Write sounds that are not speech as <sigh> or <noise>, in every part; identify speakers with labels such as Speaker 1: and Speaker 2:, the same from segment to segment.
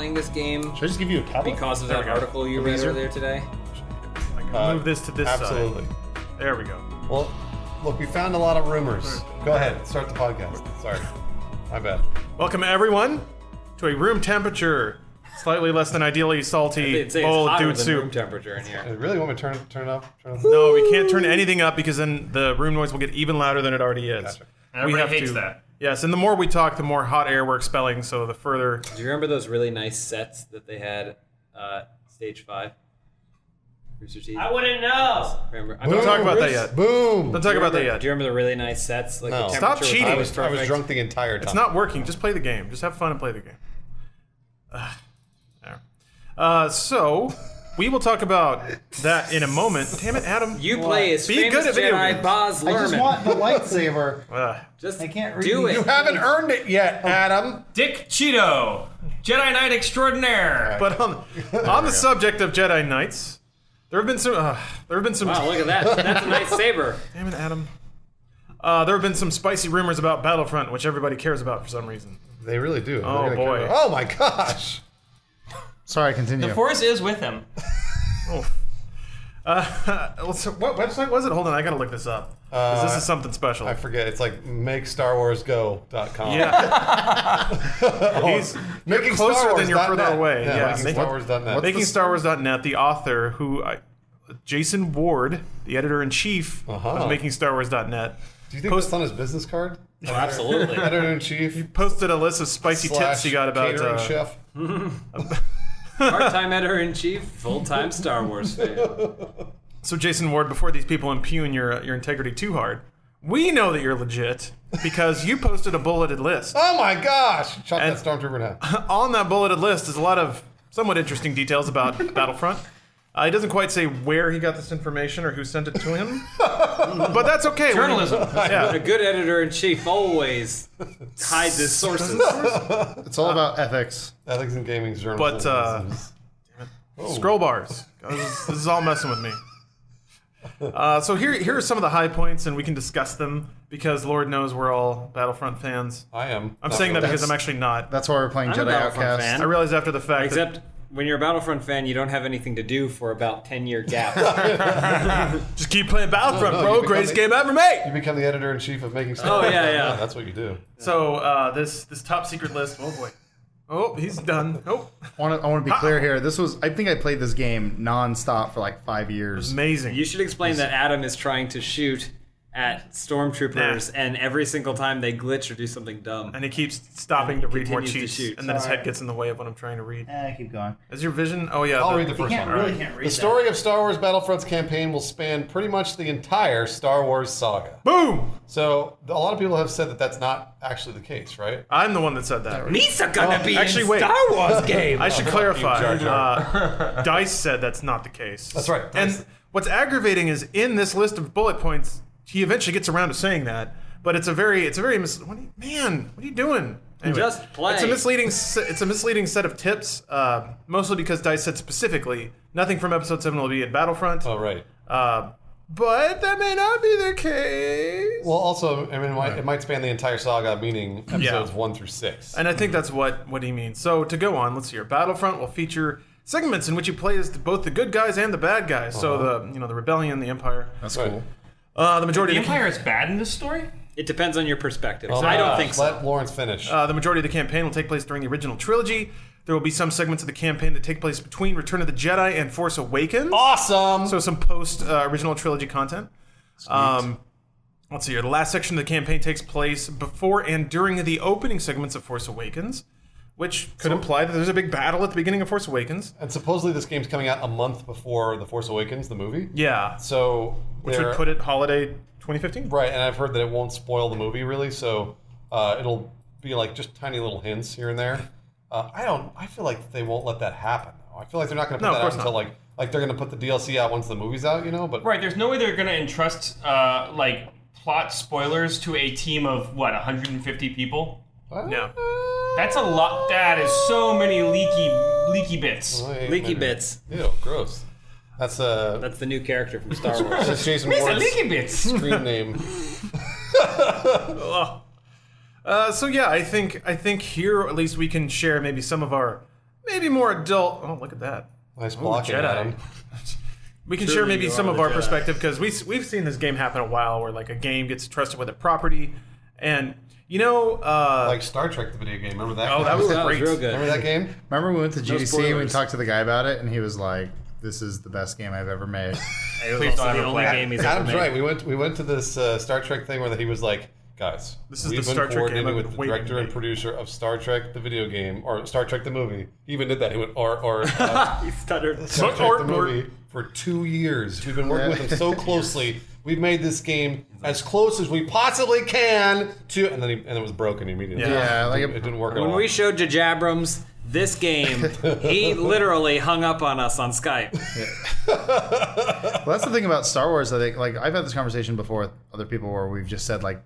Speaker 1: thing
Speaker 2: Should I just give you a tablet?
Speaker 1: because of
Speaker 3: There
Speaker 1: that
Speaker 3: we go.
Speaker 1: article you read
Speaker 2: Eraser?
Speaker 1: earlier today.
Speaker 2: Uh,
Speaker 3: Move this to this side.
Speaker 2: Absolutely.
Speaker 3: There we go.
Speaker 2: Well, look, we found a lot of rumors. Go ahead, start the podcast. Sorry, my bad.
Speaker 3: Welcome everyone to a room temperature, slightly less than ideally salty
Speaker 1: They'd say it's
Speaker 3: bowl of
Speaker 1: hotter
Speaker 3: oh, dude
Speaker 1: than room
Speaker 3: soup.
Speaker 1: temperature in
Speaker 2: I
Speaker 1: here.
Speaker 2: really want me to turn turn it up. Turn it up.
Speaker 3: No, we can't turn anything up because then the room noise will get even louder than it already is.
Speaker 2: Gotcha.
Speaker 3: We
Speaker 4: Everybody
Speaker 3: have
Speaker 4: hates
Speaker 3: to-
Speaker 4: that.
Speaker 3: Yes, and the more we talk, the more hot air we're expelling. So the further
Speaker 1: Do you remember those really nice sets that they had uh, stage five? Rooster Teeth.
Speaker 5: I wouldn't know.
Speaker 1: remember.
Speaker 3: don't talk about that
Speaker 2: Boom.
Speaker 3: yet.
Speaker 2: Boom.
Speaker 3: Don't talk about that
Speaker 1: Remember-
Speaker 3: yet.
Speaker 1: Do you remember the really nice sets? Like the
Speaker 2: No. Stop
Speaker 1: temperature was
Speaker 3: cheating.
Speaker 2: I
Speaker 1: always
Speaker 2: was I was
Speaker 1: perfect.
Speaker 2: drunk the entire time.
Speaker 3: It's not working. Just play the game. Just have fun and play the game. Ugh. There. Uh, so we will talk about that in a moment. Damn it, Adam.
Speaker 1: You play as
Speaker 3: Be
Speaker 1: famous
Speaker 3: good at video
Speaker 1: Jedi
Speaker 3: games.
Speaker 1: Boz
Speaker 6: I just
Speaker 1: Lerman.
Speaker 6: want the lightsaber.
Speaker 3: <laughs> Ugh.
Speaker 1: Just
Speaker 6: I can't
Speaker 1: do
Speaker 6: read
Speaker 1: it.
Speaker 2: You haven't earned it yet,
Speaker 3: Oh.
Speaker 2: Adam.
Speaker 5: Dick Cheeto, Jedi Knight extraordinaire.
Speaker 3: But on, on the subject of Jedi Knights, there have been some. Uh, there have been some.
Speaker 1: Wow, look at that. That's
Speaker 6: <laughs>
Speaker 1: a nice saber.
Speaker 3: Damn it, Adam. Uh, there have been some spicy rumors about Battlefront, which everybody cares about for some reason.
Speaker 2: They really do. They're
Speaker 3: Oh,
Speaker 2: gonna
Speaker 3: boy.
Speaker 2: cover- Oh my gosh.
Speaker 6: Sorry, continue.
Speaker 5: The Force is with him.
Speaker 3: Oh. Uh, <laughs> well, so what website was it? Hold on, I gotta look this up. 'Cause this is something special.
Speaker 2: Uh, I forget. It's like makestarwarsgo.com. <laughs>
Speaker 3: yeah,
Speaker 2: Oh,
Speaker 3: he's
Speaker 2: Making
Speaker 3: closer
Speaker 2: Star Wars
Speaker 3: than you're
Speaker 2: dot
Speaker 3: further
Speaker 2: net.
Speaker 3: away. Yeah,
Speaker 2: making
Speaker 3: make-
Speaker 2: Star Wars dot net.
Speaker 3: making Star Wars.net. The author, who I, Jason Ward, the editor in chief
Speaker 2: Uh-huh.
Speaker 3: of Making Star Wars.net,
Speaker 2: Do you think
Speaker 3: Post-
Speaker 2: that's on his business card?
Speaker 3: Oh,
Speaker 1: absolutely.
Speaker 2: Editor in chief.
Speaker 3: posted a list of spicy tips he got about
Speaker 2: catering
Speaker 3: uh,
Speaker 2: chef.
Speaker 1: Part-time editor-in-chief, full-time Star Wars fan.
Speaker 3: So Jason Ward, before these people impugn your your integrity too hard, we know that you're legit because you posted a bulleted list.
Speaker 2: Oh my gosh! Shot
Speaker 3: And-
Speaker 2: that stormtrooper in half.
Speaker 3: On that bulleted list is a lot of somewhat interesting details about Battlefront. Uh, he doesn't quite say where he got this information or who sent it to him, <laughs> but that's okay.
Speaker 5: Journalism.
Speaker 1: A
Speaker 3: Yeah.
Speaker 1: good editor-in-chief always hides his
Speaker 2: <laughs>
Speaker 1: sources.
Speaker 6: It's all
Speaker 1: Uh,
Speaker 6: about ethics.
Speaker 2: Ethics and gaming's journal.
Speaker 3: But, uh, Scroll bars. God, This is, this is all messing with me. Uh, so here here are some of the high points, and we can discuss them because Lord knows we're all Battlefront fans.
Speaker 2: I am.
Speaker 3: I'm saying that because I'm actually not.
Speaker 6: That's why we're playing
Speaker 1: I'm a
Speaker 6: Jedi
Speaker 1: Battlefront
Speaker 6: Outcast.
Speaker 1: fan.
Speaker 3: I realized after the fact that
Speaker 1: Except when you're a Battlefront fan, you don't have anything to do for about 10-year gap.
Speaker 2: <laughs>
Speaker 3: Just keep playing Battlefront,
Speaker 2: No, no, you
Speaker 3: bro.
Speaker 2: become
Speaker 3: Greatest
Speaker 2: the-
Speaker 3: game ever made.
Speaker 2: You become the editor in chief of making Star
Speaker 1: Oh,
Speaker 2: Wars.
Speaker 1: yeah,
Speaker 2: dot
Speaker 1: yeah.
Speaker 2: net. That's what you do.
Speaker 3: So uh, this this top secret list. Oh boy. Oh, he's done. Oh,
Speaker 6: I want to I want
Speaker 1: Ah.
Speaker 6: to be clear here. This was I think I played this game nonstop for like five years.
Speaker 3: amazing.
Speaker 1: You should explain that Adam is trying to shoot at stormtroopers, and every single time they glitch or do something dumb.
Speaker 3: and he keeps stopping to read more
Speaker 1: continues to
Speaker 3: cheats,
Speaker 1: shoot.
Speaker 3: and then his
Speaker 6: Sorry.
Speaker 3: head gets in the way of what I'm trying to read.
Speaker 6: Eh, keep going.
Speaker 3: Is your vision? Oh yeah.
Speaker 2: I'll
Speaker 3: the-
Speaker 2: read the first one. All right.
Speaker 6: can't read
Speaker 2: The story of Star Wars Battlefront's campaign will span pretty much the entire Star Wars saga.
Speaker 3: Boom!
Speaker 2: So a lot of people have said that that's not actually the case, right?
Speaker 3: I'm the one that said that.
Speaker 1: These are gonna be
Speaker 3: actually,
Speaker 1: in
Speaker 3: wait.
Speaker 1: Star Wars game.
Speaker 3: <laughs> I should
Speaker 2: fuck
Speaker 3: clarify.
Speaker 2: you, Jar <laughs>
Speaker 3: Uh, Dice said that's not the case.
Speaker 2: That's right, Dice-
Speaker 3: And what's aggravating is in this list of bullet points, he eventually gets around to saying that, but it's a very, it's a very mis- what are you, man. What are you doing? Anyway,
Speaker 1: Just play.
Speaker 3: It's a misleading. se- It's a misleading set of tips, uh, mostly because Dice said specifically nothing from Episode Seven will be in Battlefront.
Speaker 2: Oh, right.
Speaker 3: Uh, but that may not be the case.
Speaker 2: Well, also, I mean, it might, it might span the entire saga, meaning episodes one through six.
Speaker 3: And I think that's what, what he means. So to go on, let's hear. Battlefront will feature segments in which you play as both the good guys and the bad guys. So the you know the rebellion, the empire.
Speaker 6: That's
Speaker 2: Right.
Speaker 6: cool.
Speaker 3: Uh, the
Speaker 5: The
Speaker 3: majority of the,
Speaker 5: Empire is bad in this story.
Speaker 1: It depends on your perspective.
Speaker 2: Oh my
Speaker 1: I don't
Speaker 2: gosh,
Speaker 1: think so.
Speaker 2: Let Lawrence finish.
Speaker 3: uh, the majority of the campaign will take place during the original trilogy. There will be some segments of the campaign that take place between Return of the Jedi and Force Awakens.
Speaker 2: awesome.
Speaker 3: So some post uh, original trilogy content. Um, let's see here. The last section of the campaign takes place before and during the opening segments of Force Awakens, which could imply that there's a big battle at the beginning of Force Awakens.
Speaker 2: and supposedly this game's coming out a month before The Force Awakens, the movie.
Speaker 3: Yeah,
Speaker 2: So
Speaker 3: which would put it holiday 2015.
Speaker 2: right, and I've heard that it won't spoil the movie really. So uh, it'll be like just tiny little hints here and there. Uh, I don't. I feel like they won't let that happen. Though. I feel like they're not going to
Speaker 3: No,
Speaker 2: put that out
Speaker 3: of course
Speaker 2: until like like they're going to put the DLC out once the movie's out. You know, but
Speaker 5: Right. There's no way they're gonna entrust uh, like plot spoilers to a team of what 150 people.
Speaker 2: Uh,
Speaker 3: No.
Speaker 5: That's a lot. That is so many leaky leaky bits.
Speaker 2: wait,
Speaker 1: Leaky
Speaker 2: maybe.
Speaker 1: bits.
Speaker 2: Ew, gross. That's uh,
Speaker 1: That's the new character from
Speaker 2: <laughs>
Speaker 1: Star Wars.
Speaker 2: that's Jason
Speaker 5: It's a
Speaker 2: Ward's
Speaker 5: leaky bits.
Speaker 2: screen name.
Speaker 3: Uh, so yeah, I think I think here at least we can share maybe some of our eh, maybe more adult. Oh, look at that.
Speaker 2: Nice blocking,
Speaker 3: Jedi.
Speaker 2: Adam.
Speaker 3: We can
Speaker 4: Truly,
Speaker 3: share maybe
Speaker 4: you
Speaker 3: some
Speaker 4: are
Speaker 3: of
Speaker 4: the
Speaker 3: our
Speaker 4: Jedi.
Speaker 3: perspective because we we've seen this game happen a while, where like a game gets trusted with a property, and you know, uh,
Speaker 2: Like Star Trek, the video game. Remember that?
Speaker 3: oh, that was
Speaker 1: that was
Speaker 3: great.
Speaker 1: real good.
Speaker 2: Remember that game?
Speaker 6: Remember we went to GDC and we
Speaker 1: spoilers.
Speaker 6: talked to the guy about it, and he was like, "This is the best game I've ever made." <laughs>
Speaker 5: Please don't
Speaker 1: the
Speaker 5: ever
Speaker 1: only
Speaker 5: play
Speaker 1: game he's ever
Speaker 2: Adam's
Speaker 1: made.
Speaker 2: right. We went we went to this uh, Star Trek thing where he was like, guys,
Speaker 3: This is
Speaker 2: we've
Speaker 3: the
Speaker 2: been
Speaker 3: Star Trek game
Speaker 2: coordinating
Speaker 3: I've
Speaker 2: with
Speaker 3: been
Speaker 2: the
Speaker 3: waiting
Speaker 2: director
Speaker 3: to
Speaker 2: and
Speaker 3: make."
Speaker 2: producer of Star Trek the video game or Star Trek the movie. He even did that. He went or or
Speaker 3: <laughs>
Speaker 2: uh,
Speaker 1: He stuttered.
Speaker 2: Star Trek
Speaker 3: Or-
Speaker 2: the
Speaker 3: or-
Speaker 2: movie for two years. We've been working with them so closely. We've made this game as close as we possibly can to, and then he, and it was broken immediately.
Speaker 6: Yeah,
Speaker 2: it,
Speaker 6: like
Speaker 2: didn't-
Speaker 6: a-
Speaker 2: it didn't work at
Speaker 1: When
Speaker 2: all. <laughs>
Speaker 1: we showed Jajabrams this game, he literally hung up on us on Skype.
Speaker 6: Well, that's the thing about Star Wars. I think, like, I've had this conversation before with other people where we've just said, like,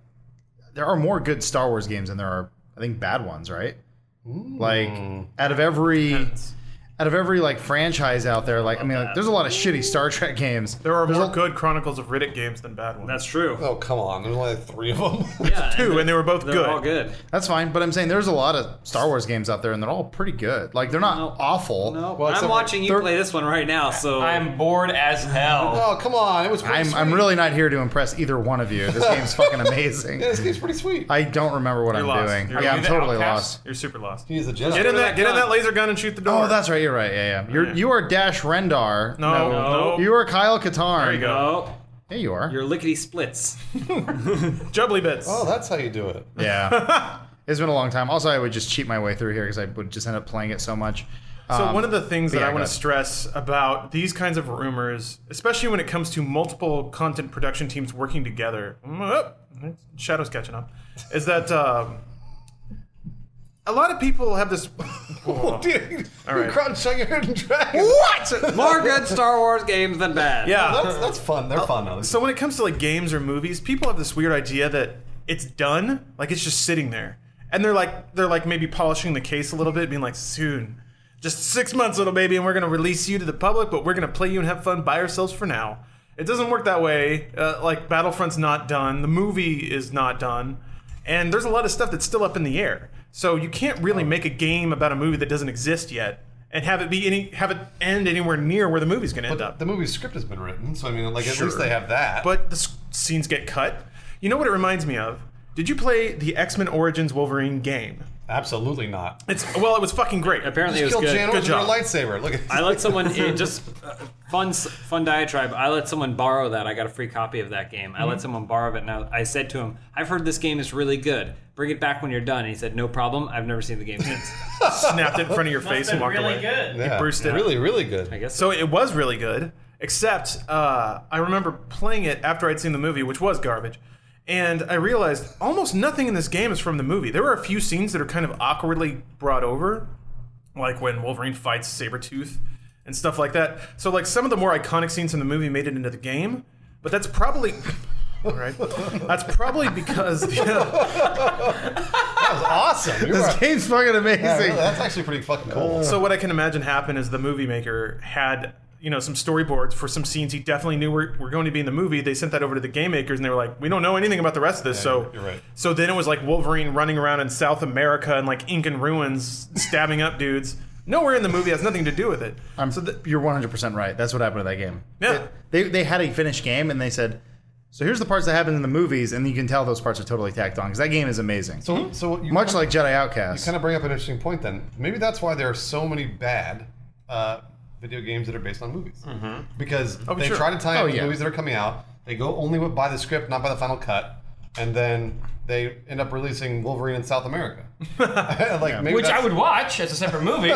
Speaker 6: there are more good Star Wars games than there are, I think, bad ones, right? Like, out of every, out of every like franchise out there, like, I mean, like, there's a lot of shitty Star Trek games.
Speaker 3: there are more good Chronicles of Riddick games than bad ones.
Speaker 1: That's true.
Speaker 2: oh come on! There's only like three of them.
Speaker 1: yeah,
Speaker 3: two, and they were both
Speaker 1: they're
Speaker 3: good.
Speaker 1: all good.
Speaker 6: That's fine, but I'm saying there's a lot of Star Wars games out there, and they're all pretty good. Like, they're not awful.
Speaker 1: No,
Speaker 2: Well, except
Speaker 1: I'm
Speaker 2: for-
Speaker 1: watching you
Speaker 6: they're-
Speaker 1: play this one right now, so
Speaker 5: I'm bored as hell.
Speaker 2: <laughs> oh come on! It was. pretty
Speaker 6: I'm, I'm
Speaker 2: sweet.
Speaker 6: really not here to impress either one of you. This game's fucking amazing.
Speaker 2: Yeah, this game's pretty sweet.
Speaker 6: I don't remember what I'm
Speaker 3: lost.
Speaker 6: doing.
Speaker 3: You're
Speaker 6: yeah, I'm
Speaker 5: the
Speaker 6: totally
Speaker 5: outcast.
Speaker 6: lost.
Speaker 3: You're super lost.
Speaker 2: He's a Jedi.
Speaker 3: Get in that,
Speaker 1: that
Speaker 3: get in
Speaker 1: gun.
Speaker 3: that laser gun and shoot the door.
Speaker 6: Oh, that's right. You're right. Yeah, yeah. You're
Speaker 3: Yeah.
Speaker 6: you are Dash Rendar.
Speaker 3: no, no.
Speaker 1: No.
Speaker 6: You are Kyle Katarn.
Speaker 3: there you go.
Speaker 1: oh,
Speaker 6: Yeah, you are.
Speaker 1: you're lickety splits.
Speaker 3: Jubbly bits.
Speaker 2: Oh, that's how you do it.
Speaker 6: yeah. it's been a long time. Also, I would just cheat my way through here because I would just end up playing it so much.
Speaker 3: So
Speaker 6: Um,
Speaker 3: one of the things
Speaker 6: but
Speaker 3: that
Speaker 6: yeah,
Speaker 3: I want
Speaker 6: go
Speaker 3: to
Speaker 6: ahead.
Speaker 3: stress about these kinds of rumors, especially when it comes to multiple content production teams working together, Mm, oh, shadows catching up, is that um, a lot of people have
Speaker 6: <laughs>
Speaker 3: this.
Speaker 2: Oh, <laughs> dude,
Speaker 3: right.
Speaker 2: you're crouching Sugar and Dragon.
Speaker 1: More good Star Wars games than bad.
Speaker 3: yeah.
Speaker 2: That's, that's fun. They're fun. Though.
Speaker 3: So when it comes to like games or movies, people have this weird idea that it's done, like it's just sitting there, and they're like they're like maybe polishing the case a little bit, being like soon. Just six months, little baby, and we're gonna release you to the public, but we're gonna play you and have fun by ourselves for now. It doesn't work that way. Uh, like Battlefront's not done, the movie is not done, and there's a lot of stuff that's still up in the air. So you can't really make a game about a movie that doesn't exist yet and have it be any have it end anywhere near where the movie's gonna end up.
Speaker 2: the movie's script has been written, so I mean, like at
Speaker 3: Sure.
Speaker 2: least they have that.
Speaker 3: but the s- scenes get cut. You know what it reminds me of? Did you play the X Men Origins Wolverine game?
Speaker 2: absolutely not.
Speaker 3: It's well, it was fucking great.
Speaker 1: Apparently, it was
Speaker 2: Killed
Speaker 1: good.
Speaker 2: Janet with your
Speaker 3: job.
Speaker 2: lightsaber. Look at
Speaker 1: I let someone it just uh, fun s- fun diatribe. I let someone borrow that. I got a free copy of that game. I
Speaker 3: Mhm.
Speaker 1: let someone borrow it, and I, I said to him, "I've heard this game is really good. Bring it back when you're done." And he said, "No problem. I've never seen the game
Speaker 3: <laughs>
Speaker 1: since."
Speaker 3: Snapped it in front of your face and walked
Speaker 5: really
Speaker 3: away.
Speaker 5: good.
Speaker 2: yeah.
Speaker 3: Bruce did it.
Speaker 2: really, really good. I
Speaker 1: guess
Speaker 3: So it was really good, except uh, I remember playing it after I'd seen the movie, which was garbage. And I realized almost nothing in this game is from the movie. There are a few scenes that are kind of awkwardly brought over, like when Wolverine fights Sabretooth and stuff like that. So, like, some of the more iconic scenes in the movie made it into the game, but that's probably. <laughs> All right. That's probably because. <laughs>
Speaker 2: That was awesome. You were-
Speaker 6: This game's fucking amazing.
Speaker 2: yeah, really, that's actually pretty fucking cool.
Speaker 3: So what I can imagine happened is the movie maker had you know some storyboards for some scenes he definitely knew were, were going to be in the movie. They sent that over to the game makers and they were like, we don't know anything about the rest of this. so
Speaker 2: you're right.
Speaker 3: so then it was like Wolverine running around in South America and like Incan ruins stabbing up dudes. Nowhere in the movie has nothing to do with it.
Speaker 6: I'm, you're 100% right. That's what happened to that game.
Speaker 3: Yeah.
Speaker 6: They, they had a finished game and they said, so here's the parts that happened in the movies, and you can tell those parts are totally tacked on because that game is amazing. So,
Speaker 2: hmm? So, so you
Speaker 6: Much like Jedi Outcast.
Speaker 2: kind of bring up an interesting point. Then maybe that's why there are so many bad uh, video games that are based on movies because they
Speaker 3: sure.
Speaker 2: try to tie
Speaker 6: Oh,
Speaker 2: up the
Speaker 6: yeah.
Speaker 2: movies that are coming out. They go only with- by the script, not by the final cut, and then they end up releasing Wolverine in South America. <laughs> like maybe
Speaker 5: Which I
Speaker 2: that's
Speaker 5: would watch as a separate movie.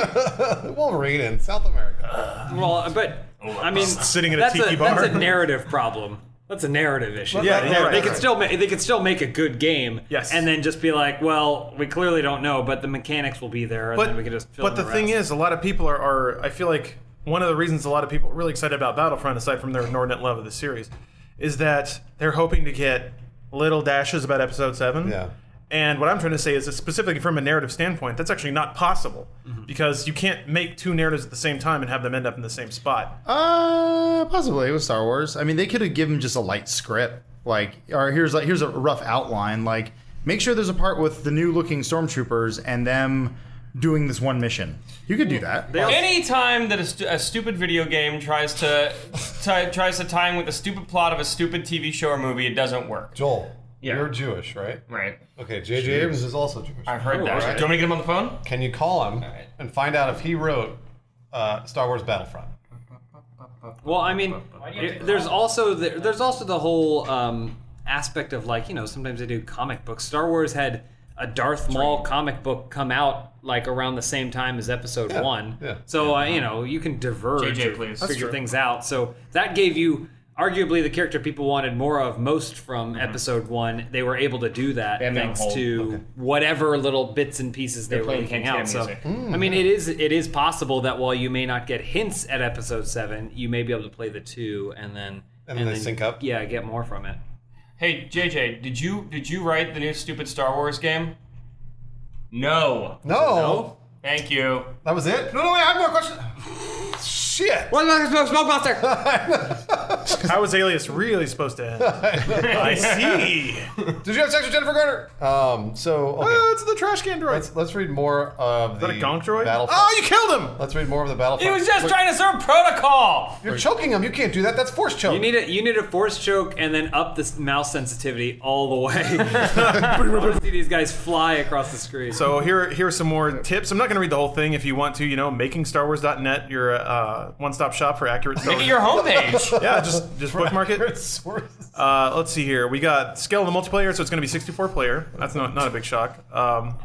Speaker 2: <laughs> Wolverine in South America.
Speaker 1: well, but I mean,
Speaker 3: Oh, Sitting in a
Speaker 1: that's
Speaker 3: tiki
Speaker 1: a,
Speaker 3: bar.
Speaker 1: That's a narrative problem. That's a narrative issue.
Speaker 3: Yeah,
Speaker 1: They-
Speaker 3: yeah,
Speaker 1: they
Speaker 3: right,
Speaker 1: could
Speaker 3: right.
Speaker 1: still make they could still make a good game,
Speaker 3: Yes.
Speaker 1: and then just be like, "Well, we clearly don't know, but the mechanics will be there, and
Speaker 3: but
Speaker 1: then we can just." Fill
Speaker 3: but
Speaker 1: in
Speaker 3: the, thing
Speaker 1: rest.
Speaker 3: is, a lot of people are, are. I feel like one of the reasons a lot of people are really excited about Battlefront, aside from their inordinate love of the series, is that they're hoping to get little dashes about Episode Seven.
Speaker 2: Yeah.
Speaker 3: And what I'm trying to say is, that specifically from a narrative standpoint, that's actually not possible
Speaker 1: Mm-hmm.
Speaker 3: because you can't make two narratives at the same time and have them end up in the same spot. <laughs>
Speaker 6: Uh, possibly with Star Wars. I mean, they could have given just a light script, like, or here's like here's a rough outline. Like, make sure there's a part with the new looking stormtroopers and them doing this one mission. You could do that.
Speaker 5: Any time that a, stu- a stupid video game tries to <laughs> ti- tries to tie in with a stupid plot of a stupid TV show or movie, it doesn't work.
Speaker 2: Joel,
Speaker 5: Yeah.
Speaker 2: you're Jewish, right?
Speaker 5: Right.
Speaker 2: Okay, J.J. Abrams is also Jewish.
Speaker 5: I've heard that.
Speaker 2: right.
Speaker 5: Do you want me to get him on the phone?
Speaker 2: Can you call him
Speaker 5: right.
Speaker 2: and find out if he wrote uh, Star Wars Battlefront?
Speaker 1: Well, I mean, it- there's also the, there's also the whole um, aspect of like you know sometimes they do comic books. Star Wars had a Darth Maul comic book come out like around the same time as Episode One.
Speaker 2: yeah.
Speaker 1: So uh, you know you can diverge,
Speaker 5: JJ,
Speaker 1: or
Speaker 5: please. That's
Speaker 1: figure things out. So that gave you arguably the character people wanted more of most
Speaker 5: Mm-hmm.
Speaker 1: from Episode One. They were able to do that
Speaker 5: Batman
Speaker 1: thanks
Speaker 5: Hole.
Speaker 1: to whatever little bits and pieces they were
Speaker 5: playing
Speaker 1: leaking
Speaker 5: Cantina
Speaker 1: out. So
Speaker 5: music.
Speaker 3: Hmm.
Speaker 1: I mean, it is it is possible that while you may not get hints at episode seven, you may be able to play the two and then
Speaker 2: And they sync up?
Speaker 1: Yeah, get more from it.
Speaker 5: Hey JJ, did you did you write the new stupid Star Wars game? No.
Speaker 2: No. Oh.
Speaker 5: Thank you.
Speaker 2: That was it? No, no, wait, I have more questions. Shit.
Speaker 1: One smoke, smoke monster.
Speaker 3: How was Alias really supposed to end? <laughs> I see.
Speaker 2: Did you have sex with Jennifer Garner? Um, so, okay.
Speaker 3: Oh, it's the trash can droid.
Speaker 2: Let's, let's read more of
Speaker 3: Is
Speaker 2: the
Speaker 3: that a gonk droid?
Speaker 2: Battlefront.
Speaker 3: Oh, you killed him!
Speaker 2: Let's read more of the Battlefront.
Speaker 5: He was just trying to serve protocol.
Speaker 2: You're choking him. You can't do that. That's force choke.
Speaker 1: You need a you need a force choke and then up the s- mouse sensitivity all the
Speaker 3: <laughs>
Speaker 1: way. <laughs> I wanna see these guys fly across the screen.
Speaker 3: So here, here are some more tips. I'm not going to read the whole thing. If you want to, you know, makingstarwars.net, your uh, one-stop shop for accurate Star
Speaker 5: Look
Speaker 3: Wars.
Speaker 5: at your
Speaker 2: <laughs>
Speaker 5: homepage.
Speaker 3: yeah, just just bookmark it.
Speaker 2: Sources.
Speaker 3: Uh, let's see here. We got scale of the multiplayer, so it's going to be 64 player. That's not not a big shock. Um,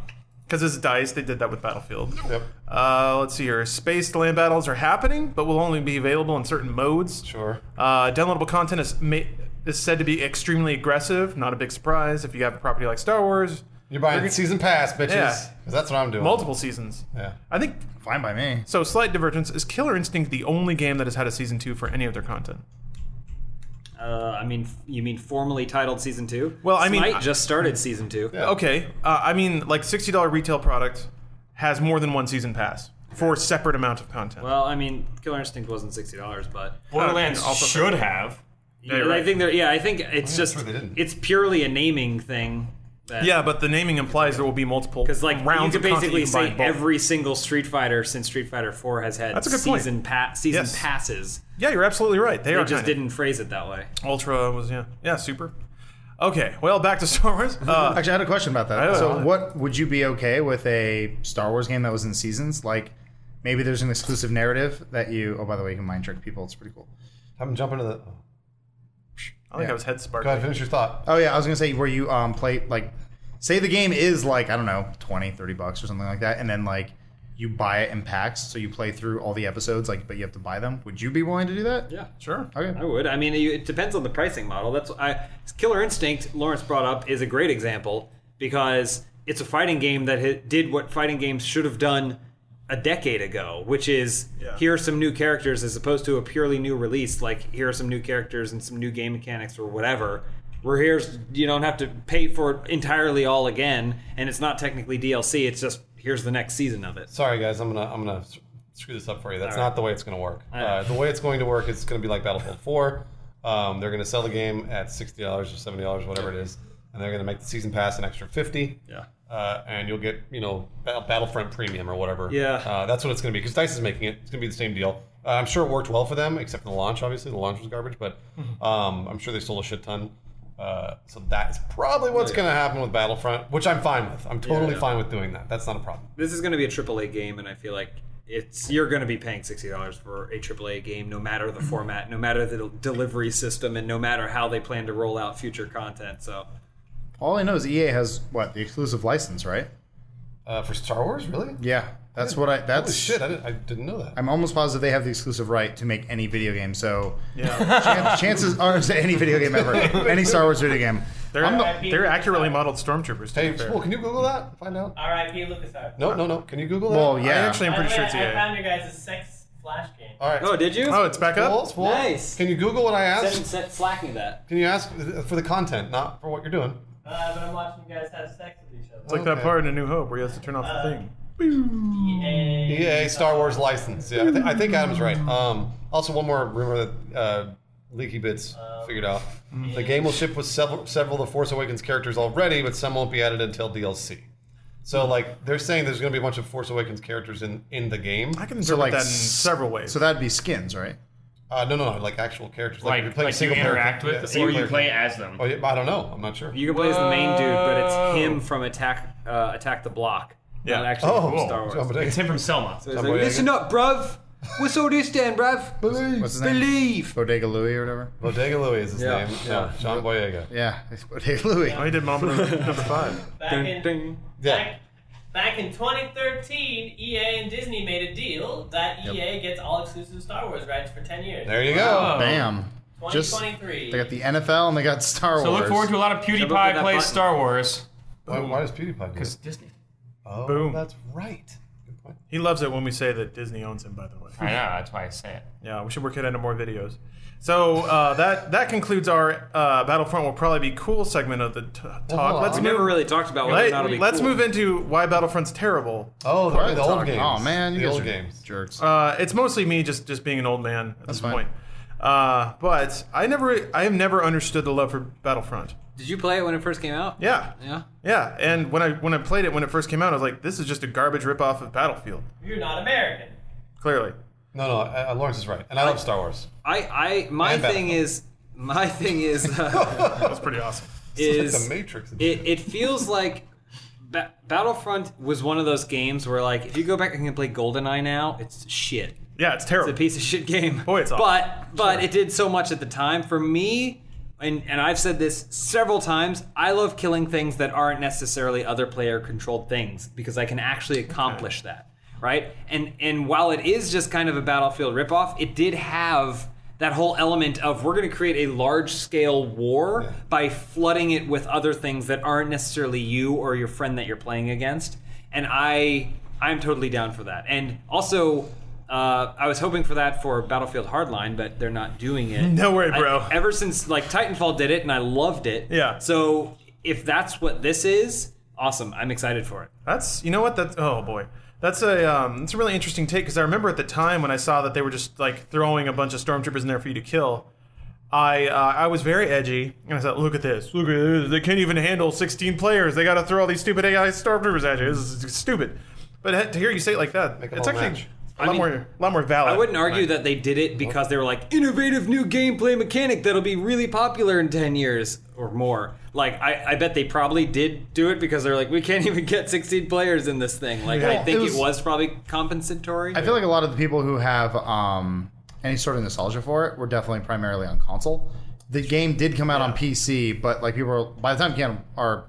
Speaker 3: because it's dice, they did that with Battlefield.
Speaker 2: <laughs> Yep.
Speaker 3: Uh, let's see here. Spaced land battles are happening, but will only be available in certain modes.
Speaker 2: Sure.
Speaker 3: Uh, downloadable content is ma- is said to be extremely aggressive. Not a big surprise if you have a property like Star Wars.
Speaker 2: You're buying season pass, bitches.
Speaker 3: Yeah.
Speaker 2: 'Cause that's what I'm doing.
Speaker 3: Multiple seasons.
Speaker 2: Yeah.
Speaker 3: I think
Speaker 6: Fine by me.
Speaker 3: so. Slight divergence is Killer Instinct the only game that has had a season two for any of their content.
Speaker 1: Uh, I mean, f- you mean formally titled season two?
Speaker 3: Well, I mean,
Speaker 1: Smite
Speaker 3: I-
Speaker 1: just started season two.
Speaker 3: Okay, uh, I mean, like sixty dollar retail product has more than one season pass for a separate amount of content.
Speaker 1: Well, I mean, Killer Instinct wasn't sixty dollars, but
Speaker 5: Borderlands
Speaker 3: Also-
Speaker 5: should have.
Speaker 1: Yeah,
Speaker 3: you're
Speaker 1: I think they're yeah, I think
Speaker 3: Oh,
Speaker 1: it's just
Speaker 2: sure they didn't.
Speaker 1: it's purely a naming thing. that-
Speaker 3: yeah, but the naming implies there will be multiple
Speaker 1: Because like
Speaker 3: rounds
Speaker 1: you could
Speaker 3: of content
Speaker 1: basically
Speaker 3: you can buy
Speaker 1: say
Speaker 3: in bulk.
Speaker 1: every single Street Fighter since Street Fighter Four has had
Speaker 3: That's a good point.
Speaker 1: season pa- season
Speaker 3: Yes.
Speaker 1: passes.
Speaker 3: Yeah, you're absolutely right. They,
Speaker 1: They
Speaker 3: are
Speaker 1: just
Speaker 3: kinda-
Speaker 1: didn't phrase it that way.
Speaker 3: Ultra was yeah yeah super. Okay, well back to <laughs> Star Wars. Uh,
Speaker 6: Actually, I had a question about that.
Speaker 3: don't
Speaker 6: So,
Speaker 3: know.
Speaker 6: what would you be okay with a Star Wars game that was in seasons? Like, maybe there's an exclusive narrative that you. Oh, by the way, you can mind trick people. It's pretty cool.
Speaker 2: I'm jumping to the.
Speaker 3: I think I was head
Speaker 2: Go ahead,
Speaker 3: sparking.
Speaker 2: finish your thought.
Speaker 6: Oh yeah, I was gonna say where you um play like, say the game is like I don't know 20, 30 bucks or something like that, and then like you buy it in packs, so you play through all the episodes, like but you have to buy them. Would you be willing to do that?
Speaker 1: Yeah,
Speaker 3: Sure.
Speaker 6: Okay.
Speaker 1: I would. I mean, it depends on the pricing model. That's I Killer Instinct Lawrence brought up is a great example because it's a fighting game that hi- did what fighting games should have done a decade ago, which is here are some new characters as opposed to a purely new release. Like here are some new characters and some new game mechanics or whatever. Where here's you don't have to pay for it entirely all again, and it's not technically DLC. It's just here's the next season of it.
Speaker 2: Sorry, guys. I'm gonna I'm gonna s- screw this up for you. That's not the way it's gonna work. Uh, the way it's going to work is it's gonna be like Battlefield 4. Um, they're gonna sell the game at sixty dollars or seventy dollars, whatever it is, and they're gonna make the season pass an extra fifty.
Speaker 1: Yeah.
Speaker 2: Uh, and you'll get you know Ba- Battlefront Premium or whatever.
Speaker 1: Yeah.
Speaker 2: Uh, that's what it's gonna be because Dice is making it. It's gonna be the same deal. Uh, I'm sure it worked well for them, except for the launch. Obviously, the launch was garbage, but
Speaker 1: Mm-hmm.
Speaker 2: um, I'm sure they sold a shit ton. Uh, so that's probably what's going to happen with Battlefront, which I'm fine with. I'm totally fine with doing that. That's not a problem.
Speaker 1: this is going to be a AAA game, and I feel like it's you're going to be paying sixty dollars for a AAA game, no matter the format, no matter the delivery system, and no matter how they plan to roll out future content. So
Speaker 6: All I know is EA has what the exclusive license, right?
Speaker 2: Uh, for Star Wars, really?
Speaker 6: Yeah, that's what I. That's
Speaker 2: Holy shit, I didn't, I didn't know that.
Speaker 6: I'm almost positive they have the exclusive right to make any video game. So <laughs> chan- chances are to any video game ever, any Star Wars video game.
Speaker 3: They're,
Speaker 6: I'm the-
Speaker 3: they're accurately modeled stormtroopers. To
Speaker 2: hey,
Speaker 3: be fair.
Speaker 2: Spool, can you Google that? Find out.
Speaker 4: R.I.P. LucasArts.
Speaker 2: No, no, no. Can you Google that?
Speaker 6: well, yeah.
Speaker 3: I actually am
Speaker 4: By the
Speaker 3: pretty sure
Speaker 4: way,
Speaker 3: it's E
Speaker 4: I
Speaker 3: EA.
Speaker 4: found your guys' sex flash game.
Speaker 2: All right.
Speaker 1: oh, did you?
Speaker 3: Oh, it's back
Speaker 2: Spool,
Speaker 3: up.
Speaker 2: Spool,
Speaker 1: Nice.
Speaker 2: Can you Google what I
Speaker 1: Send-
Speaker 2: asked?
Speaker 1: send- slack me that.
Speaker 2: Can you ask for the content, not for what you're doing?
Speaker 4: Uh, but I'm watching you guys have sex with each
Speaker 3: It's
Speaker 4: other.
Speaker 3: like that part in A New Hope where he has to turn off the thing.
Speaker 4: EA.
Speaker 2: EA E Star Wars license. Yeah, I, th- I think Adam's right. Um, also, one more rumor that uh, Leaky Bits figured out: the game will ship with several several of the Force Awakens characters already, but some won't be added until DLC. So like they're saying there's going to be a bunch of Force Awakens characters in in the game.
Speaker 3: I can interpret
Speaker 6: So like
Speaker 3: that in
Speaker 6: s-
Speaker 3: several ways.
Speaker 6: So that'd be skins, right?
Speaker 2: Uh, no, no, no, like actual characters.
Speaker 5: Like,
Speaker 2: you're
Speaker 5: like,
Speaker 2: playing
Speaker 5: you
Speaker 2: single player-
Speaker 5: interact
Speaker 2: yeah,
Speaker 5: with,
Speaker 2: single
Speaker 5: or
Speaker 2: player
Speaker 5: you play
Speaker 2: game.
Speaker 5: as them.
Speaker 2: Oh, yeah, I don't know. I'm not sure.
Speaker 1: You can play as the main dude, but
Speaker 5: Whoa.
Speaker 1: it's him from Attack uh, Attack the Block.
Speaker 3: Yeah.
Speaker 1: Not actually
Speaker 2: Oh,
Speaker 1: from Star Wars.
Speaker 2: John Boyega.
Speaker 5: It's him from Selma.
Speaker 1: So it's
Speaker 2: John
Speaker 1: like,
Speaker 2: Boyega.
Speaker 1: Listen up, bruv. What's all this then, bruv? Believe.
Speaker 6: What's his name?
Speaker 1: Believe.
Speaker 6: Bodega Louie or whatever.
Speaker 2: Bodega Louis is his
Speaker 1: Yeah,
Speaker 2: name.
Speaker 1: yeah.
Speaker 2: Yeah, John Boyega.
Speaker 6: Yeah, it's Bodega Louie.
Speaker 3: I Oh, did mom number number five.
Speaker 4: Back
Speaker 1: Dun,
Speaker 4: in,
Speaker 1: dun.
Speaker 2: Yeah.
Speaker 4: Back, back in 2013, EA and Disney made a deal that EA gets all exclusive Star Wars rights for 10 years.
Speaker 2: There you go.
Speaker 6: Bam. Just they
Speaker 4: 2023.
Speaker 6: got the NFL and they got Star
Speaker 5: So
Speaker 6: Wars.
Speaker 5: look forward to a lot of
Speaker 1: look at
Speaker 5: PewDiePie
Speaker 1: that
Speaker 5: plays
Speaker 1: button.
Speaker 5: Star Wars.
Speaker 2: Why, why does PewDiePie do it?
Speaker 5: Disney.
Speaker 2: Oh,
Speaker 3: Boom.
Speaker 2: that's right. Good point.
Speaker 3: He loves it when we say that Disney owns him. By the way,
Speaker 5: I know, that's why I say it.
Speaker 3: yeah, we should work it into more videos. So uh, that that concludes our uh, Battlefront will probably be cool segment of the t-
Speaker 2: hold
Speaker 3: talk.
Speaker 2: on.
Speaker 3: Let's
Speaker 1: We
Speaker 3: move.
Speaker 1: never really talked about whether or not it'll be
Speaker 3: Let, us
Speaker 1: cool.
Speaker 3: move into why Battlefront's terrible.
Speaker 2: Oh, the, the old
Speaker 6: Talk-
Speaker 2: games.
Speaker 6: Oh man, you
Speaker 2: the
Speaker 6: guys
Speaker 2: old
Speaker 6: are
Speaker 2: games.
Speaker 6: jerks.
Speaker 3: Uh, it's mostly me just just being an old man at this
Speaker 6: fine.
Speaker 3: point. Uh, but I never I have never understood the love for Battlefront.
Speaker 1: Did you play it when it first came out?
Speaker 3: Yeah.
Speaker 1: Yeah.
Speaker 3: Yeah, and when I when I played it when it first came out, I was like, this is just a garbage ripoff of Battlefield.
Speaker 4: You're not American.
Speaker 3: Clearly,
Speaker 2: No, no, uh, Lawrence is right, and I love Star Wars.
Speaker 1: I, I, my
Speaker 2: And
Speaker 1: thing
Speaker 2: Battlefront.
Speaker 1: is, my thing is,
Speaker 2: <laughs>
Speaker 1: uh,
Speaker 3: that was pretty awesome.
Speaker 1: is
Speaker 2: like the Matrix edition.
Speaker 1: It, it feels like ba- Battlefront was one of those games where, like, if you go back and you play GoldenEye now, it's shit.
Speaker 3: Yeah, it's
Speaker 1: It's
Speaker 3: terrible.
Speaker 1: a piece of shit game.
Speaker 3: Boy, it's awful.
Speaker 1: But but it did so much at the time for me. And, and I've said this several times. I love killing things that aren't necessarily other player controlled things because I can actually accomplish that, right? And and while it is just kind of a battlefield ripoff, it did have that whole element of we're going to create a large scale war by flooding it with other things that aren't necessarily you or your friend that you're playing against. And I I'm totally down for that. And also uh, I was hoping for that for Battlefield Hardline, but they're not doing it.
Speaker 3: No worry,
Speaker 1: I-
Speaker 3: bro.
Speaker 1: ever since like Titanfall did it, and I loved it.
Speaker 3: Yeah.
Speaker 1: So if that's what this is, awesome. I'm excited for it.
Speaker 3: That's you know what that's oh boy. That's a um, that's a really interesting take because I remember at the time when I saw that they were just like throwing a bunch of stormtroopers in there for you to kill. I uh, I was very edgy and I said, look at this, look at this. They can't even handle 16 players. They got to throw all these stupid AI stormtroopers at you. This is stupid. But he- to hear you say it like that,
Speaker 2: Make 'em
Speaker 3: it's
Speaker 2: all
Speaker 3: actually
Speaker 2: match.
Speaker 3: a lot
Speaker 1: mean,
Speaker 3: more a lot more valid.
Speaker 1: I wouldn't argue that they did it because they were like innovative new gameplay mechanic that'll be really popular in ten years or more. Like I, I bet they probably did do it because they're like we can't <laughs> even get 16 players in this thing. Like
Speaker 6: Well,
Speaker 1: I think
Speaker 6: it
Speaker 1: it
Speaker 6: was-
Speaker 1: was, probably compensatory.
Speaker 6: I feel like a lot of the people who have um, any sort of nostalgia for it were definitely primarily on console. The game did come out on PC, but like people were, by the time it came out, or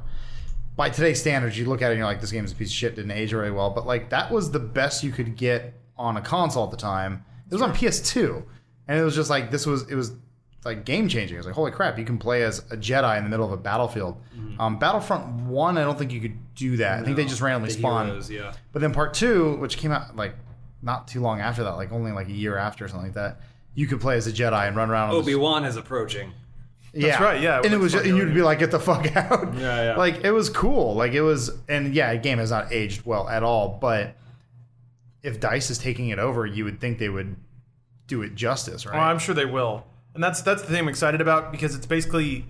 Speaker 6: by today's standards, you look at it and you're like, this game's a piece of shit, didn't age really well. But like that was the best you could get on a console at the time. It was on PS2, and it was just like this was it was like game changing. It was like holy crap, you can play as a Jedi in the middle of a battlefield. Um, Battlefront One, I don't think you could do that. I think they just randomly
Speaker 1: the
Speaker 6: spawn.
Speaker 1: heroes, yeah.
Speaker 6: But then part two, which came out like not too long after that, like only like a year after or something like that, you could play as a Jedi and run around. on
Speaker 1: Obi
Speaker 6: this-
Speaker 1: Wan is approaching.
Speaker 6: yeah.
Speaker 3: Oh, right, yeah,
Speaker 6: And it
Speaker 3: with
Speaker 6: was,
Speaker 3: the
Speaker 6: just,
Speaker 3: fucking
Speaker 6: you'd be like, get the fuck <laughs> out.
Speaker 1: Yeah, yeah.
Speaker 6: Like it was cool. Like it was, and yeah, the game has not aged well at all. But if Dice is taking it over, you would think they would do it justice, right?
Speaker 3: Well, I'm sure they will, and that's that's the thing I'm excited about because it's basically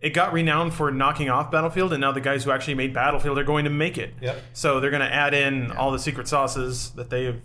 Speaker 3: it got renowned for knocking off Battlefield, and now the guys who actually made Battlefield are going to make it.
Speaker 2: Yep.
Speaker 3: So they're going to add in all the secret sauces that they have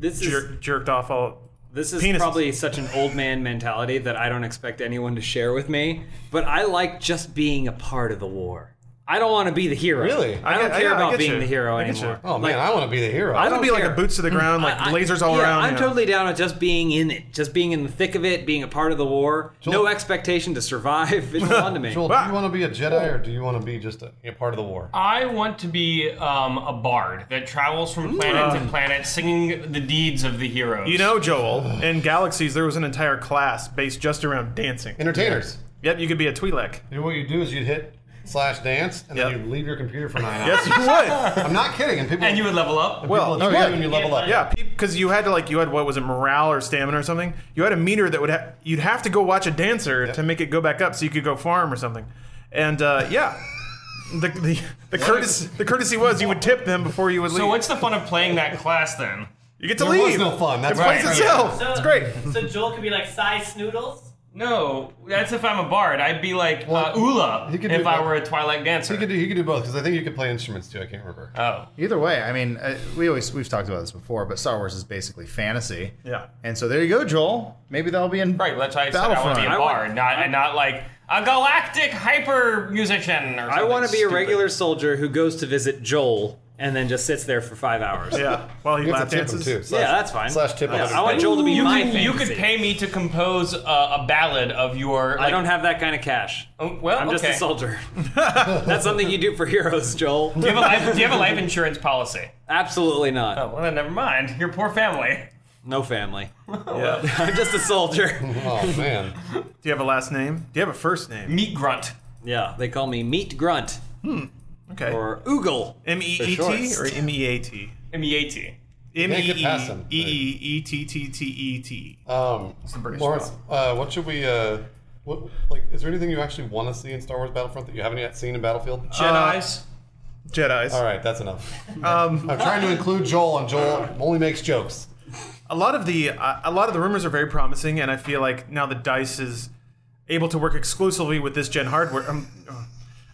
Speaker 1: This is
Speaker 3: jer- jerked off all.
Speaker 1: This is
Speaker 3: Penises.
Speaker 1: probably such an old man mentality that I don't expect anyone to share with me, but I like just being a part of the war. I don't want to be the hero.
Speaker 2: Really?
Speaker 1: I, don't
Speaker 3: I- I-
Speaker 1: care
Speaker 3: I
Speaker 1: about
Speaker 3: get
Speaker 1: being
Speaker 3: you.
Speaker 1: the hero
Speaker 3: I get
Speaker 1: anymore.
Speaker 2: Oh man, I want to be the hero.
Speaker 1: I
Speaker 3: That'll
Speaker 1: don't
Speaker 3: be like
Speaker 1: care. Mm.
Speaker 3: a boots to the ground, like
Speaker 1: I- I-
Speaker 3: lasers all
Speaker 1: yeah,
Speaker 3: around.
Speaker 1: I'm
Speaker 3: you know.
Speaker 1: totally down with just being in it, just being in the thick of it, being a part of the war. No expectation to survive.
Speaker 3: <laughs>
Speaker 1: It's fun to me.
Speaker 2: Joel, do you want to be a Jedi or do you want to be just a, a part of the war?
Speaker 5: I want to be um, a bard that travels from planet to planet singing the deeds of the heroes.
Speaker 3: You know, Joel, in Galaxies, there was an entire class based just around dancing.
Speaker 2: Entertainers.
Speaker 3: Yep, you could be a Twi'lek.
Speaker 2: You know what you do is you'd hit slash dance and
Speaker 3: Yep.
Speaker 2: then you leave your computer for
Speaker 3: <laughs>
Speaker 2: nine hours.
Speaker 3: Yes, you would.
Speaker 2: I'm not kidding. And people
Speaker 5: and you would level up.
Speaker 2: well,
Speaker 3: Well,
Speaker 2: people
Speaker 6: yeah.
Speaker 2: yeah. you and you level up.
Speaker 3: Yeah, because you had to like you had what was it morale or stamina or something? You had a meter that would ha- you'd have to go watch a dancer to make it go back up so you could go farm or something. And uh, yeah, the the, the courtesy the courtesy was you would tip them before you would leave.
Speaker 5: So what's the fun of playing that class then?
Speaker 3: you get to
Speaker 2: There was
Speaker 3: leave.
Speaker 2: no fun. That's
Speaker 3: It plays
Speaker 2: right.
Speaker 3: itself.
Speaker 4: <laughs> So,
Speaker 3: it's great.
Speaker 4: So Joel could be like size snoodles.
Speaker 5: No, that's if I'm a bard. I'd be like
Speaker 2: Well,
Speaker 5: uh, Ula
Speaker 2: he could
Speaker 5: if
Speaker 2: do
Speaker 5: I
Speaker 2: both.
Speaker 5: were a Twilight dancer.
Speaker 2: You could do, you could do both because I think you could play instruments too. I can't remember.
Speaker 3: Uh,
Speaker 5: oh,
Speaker 6: Either way, I mean, uh, we always we've talked about this before, but Star Wars is basically fantasy.
Speaker 3: Yeah.
Speaker 6: And so there you go, Joel. Maybe that'll be in
Speaker 5: right. That's why I said I want to be a
Speaker 1: I want-
Speaker 6: Battlefront.
Speaker 5: bard, not and not like a galactic hyper musician. Or
Speaker 1: I
Speaker 5: want
Speaker 1: want to be a regular soldier who goes to visit Joel and then just sits there for five hours.
Speaker 3: Yeah. While he
Speaker 2: You
Speaker 3: lap
Speaker 2: have to tip
Speaker 3: dances.
Speaker 2: them too. Slash,
Speaker 1: Yeah, that's fine.
Speaker 2: Slash tip.
Speaker 1: Yeah,
Speaker 2: them.
Speaker 1: I want Joel to be
Speaker 5: You
Speaker 1: my
Speaker 5: could, you could
Speaker 1: fantasy.
Speaker 5: pay me to compose a, a ballad of your. Like,
Speaker 1: I don't have that kind of cash.
Speaker 5: Oh, well,
Speaker 1: I'm just
Speaker 5: okay.
Speaker 1: a soldier. That's something you do for heroes, Joel.
Speaker 5: Do you have a life, do you have
Speaker 1: <laughs>
Speaker 5: a life insurance policy?
Speaker 1: Absolutely not.
Speaker 5: Oh, well, then never mind. Your poor family.
Speaker 1: No family. <laughs>
Speaker 3: Yeah. Do
Speaker 1: I'm just a soldier.
Speaker 2: Oh
Speaker 3: <laughs>
Speaker 2: man,
Speaker 3: you have a last name? Do you have a first
Speaker 2: Mm-hmm.
Speaker 3: name?
Speaker 5: Meat grunt.
Speaker 1: Yeah, they call me Meat Grunt
Speaker 3: Okay.
Speaker 1: or Oogle.
Speaker 3: M E E T or M E A T?
Speaker 5: M-E-A-T.
Speaker 3: M E
Speaker 2: Make
Speaker 3: E
Speaker 2: it pass him.
Speaker 3: E E E T T T E T.
Speaker 2: um,
Speaker 6: British
Speaker 2: Lawrence, uh, what should we? Uh, what like is there anything you actually want to see in Star Wars Battlefront that you haven't yet seen in Battlefield?
Speaker 3: Uh,
Speaker 5: Jedi's.
Speaker 3: Jedi's.
Speaker 2: All right, that's
Speaker 3: <laughs>
Speaker 2: enough.
Speaker 3: Um,
Speaker 2: I'm trying to include Joel, and Joel only makes jokes.
Speaker 3: a lot of the uh, a lot of the rumors are very promising, and I feel like now that Dice is able to work exclusively with this gen hardware, um, uh,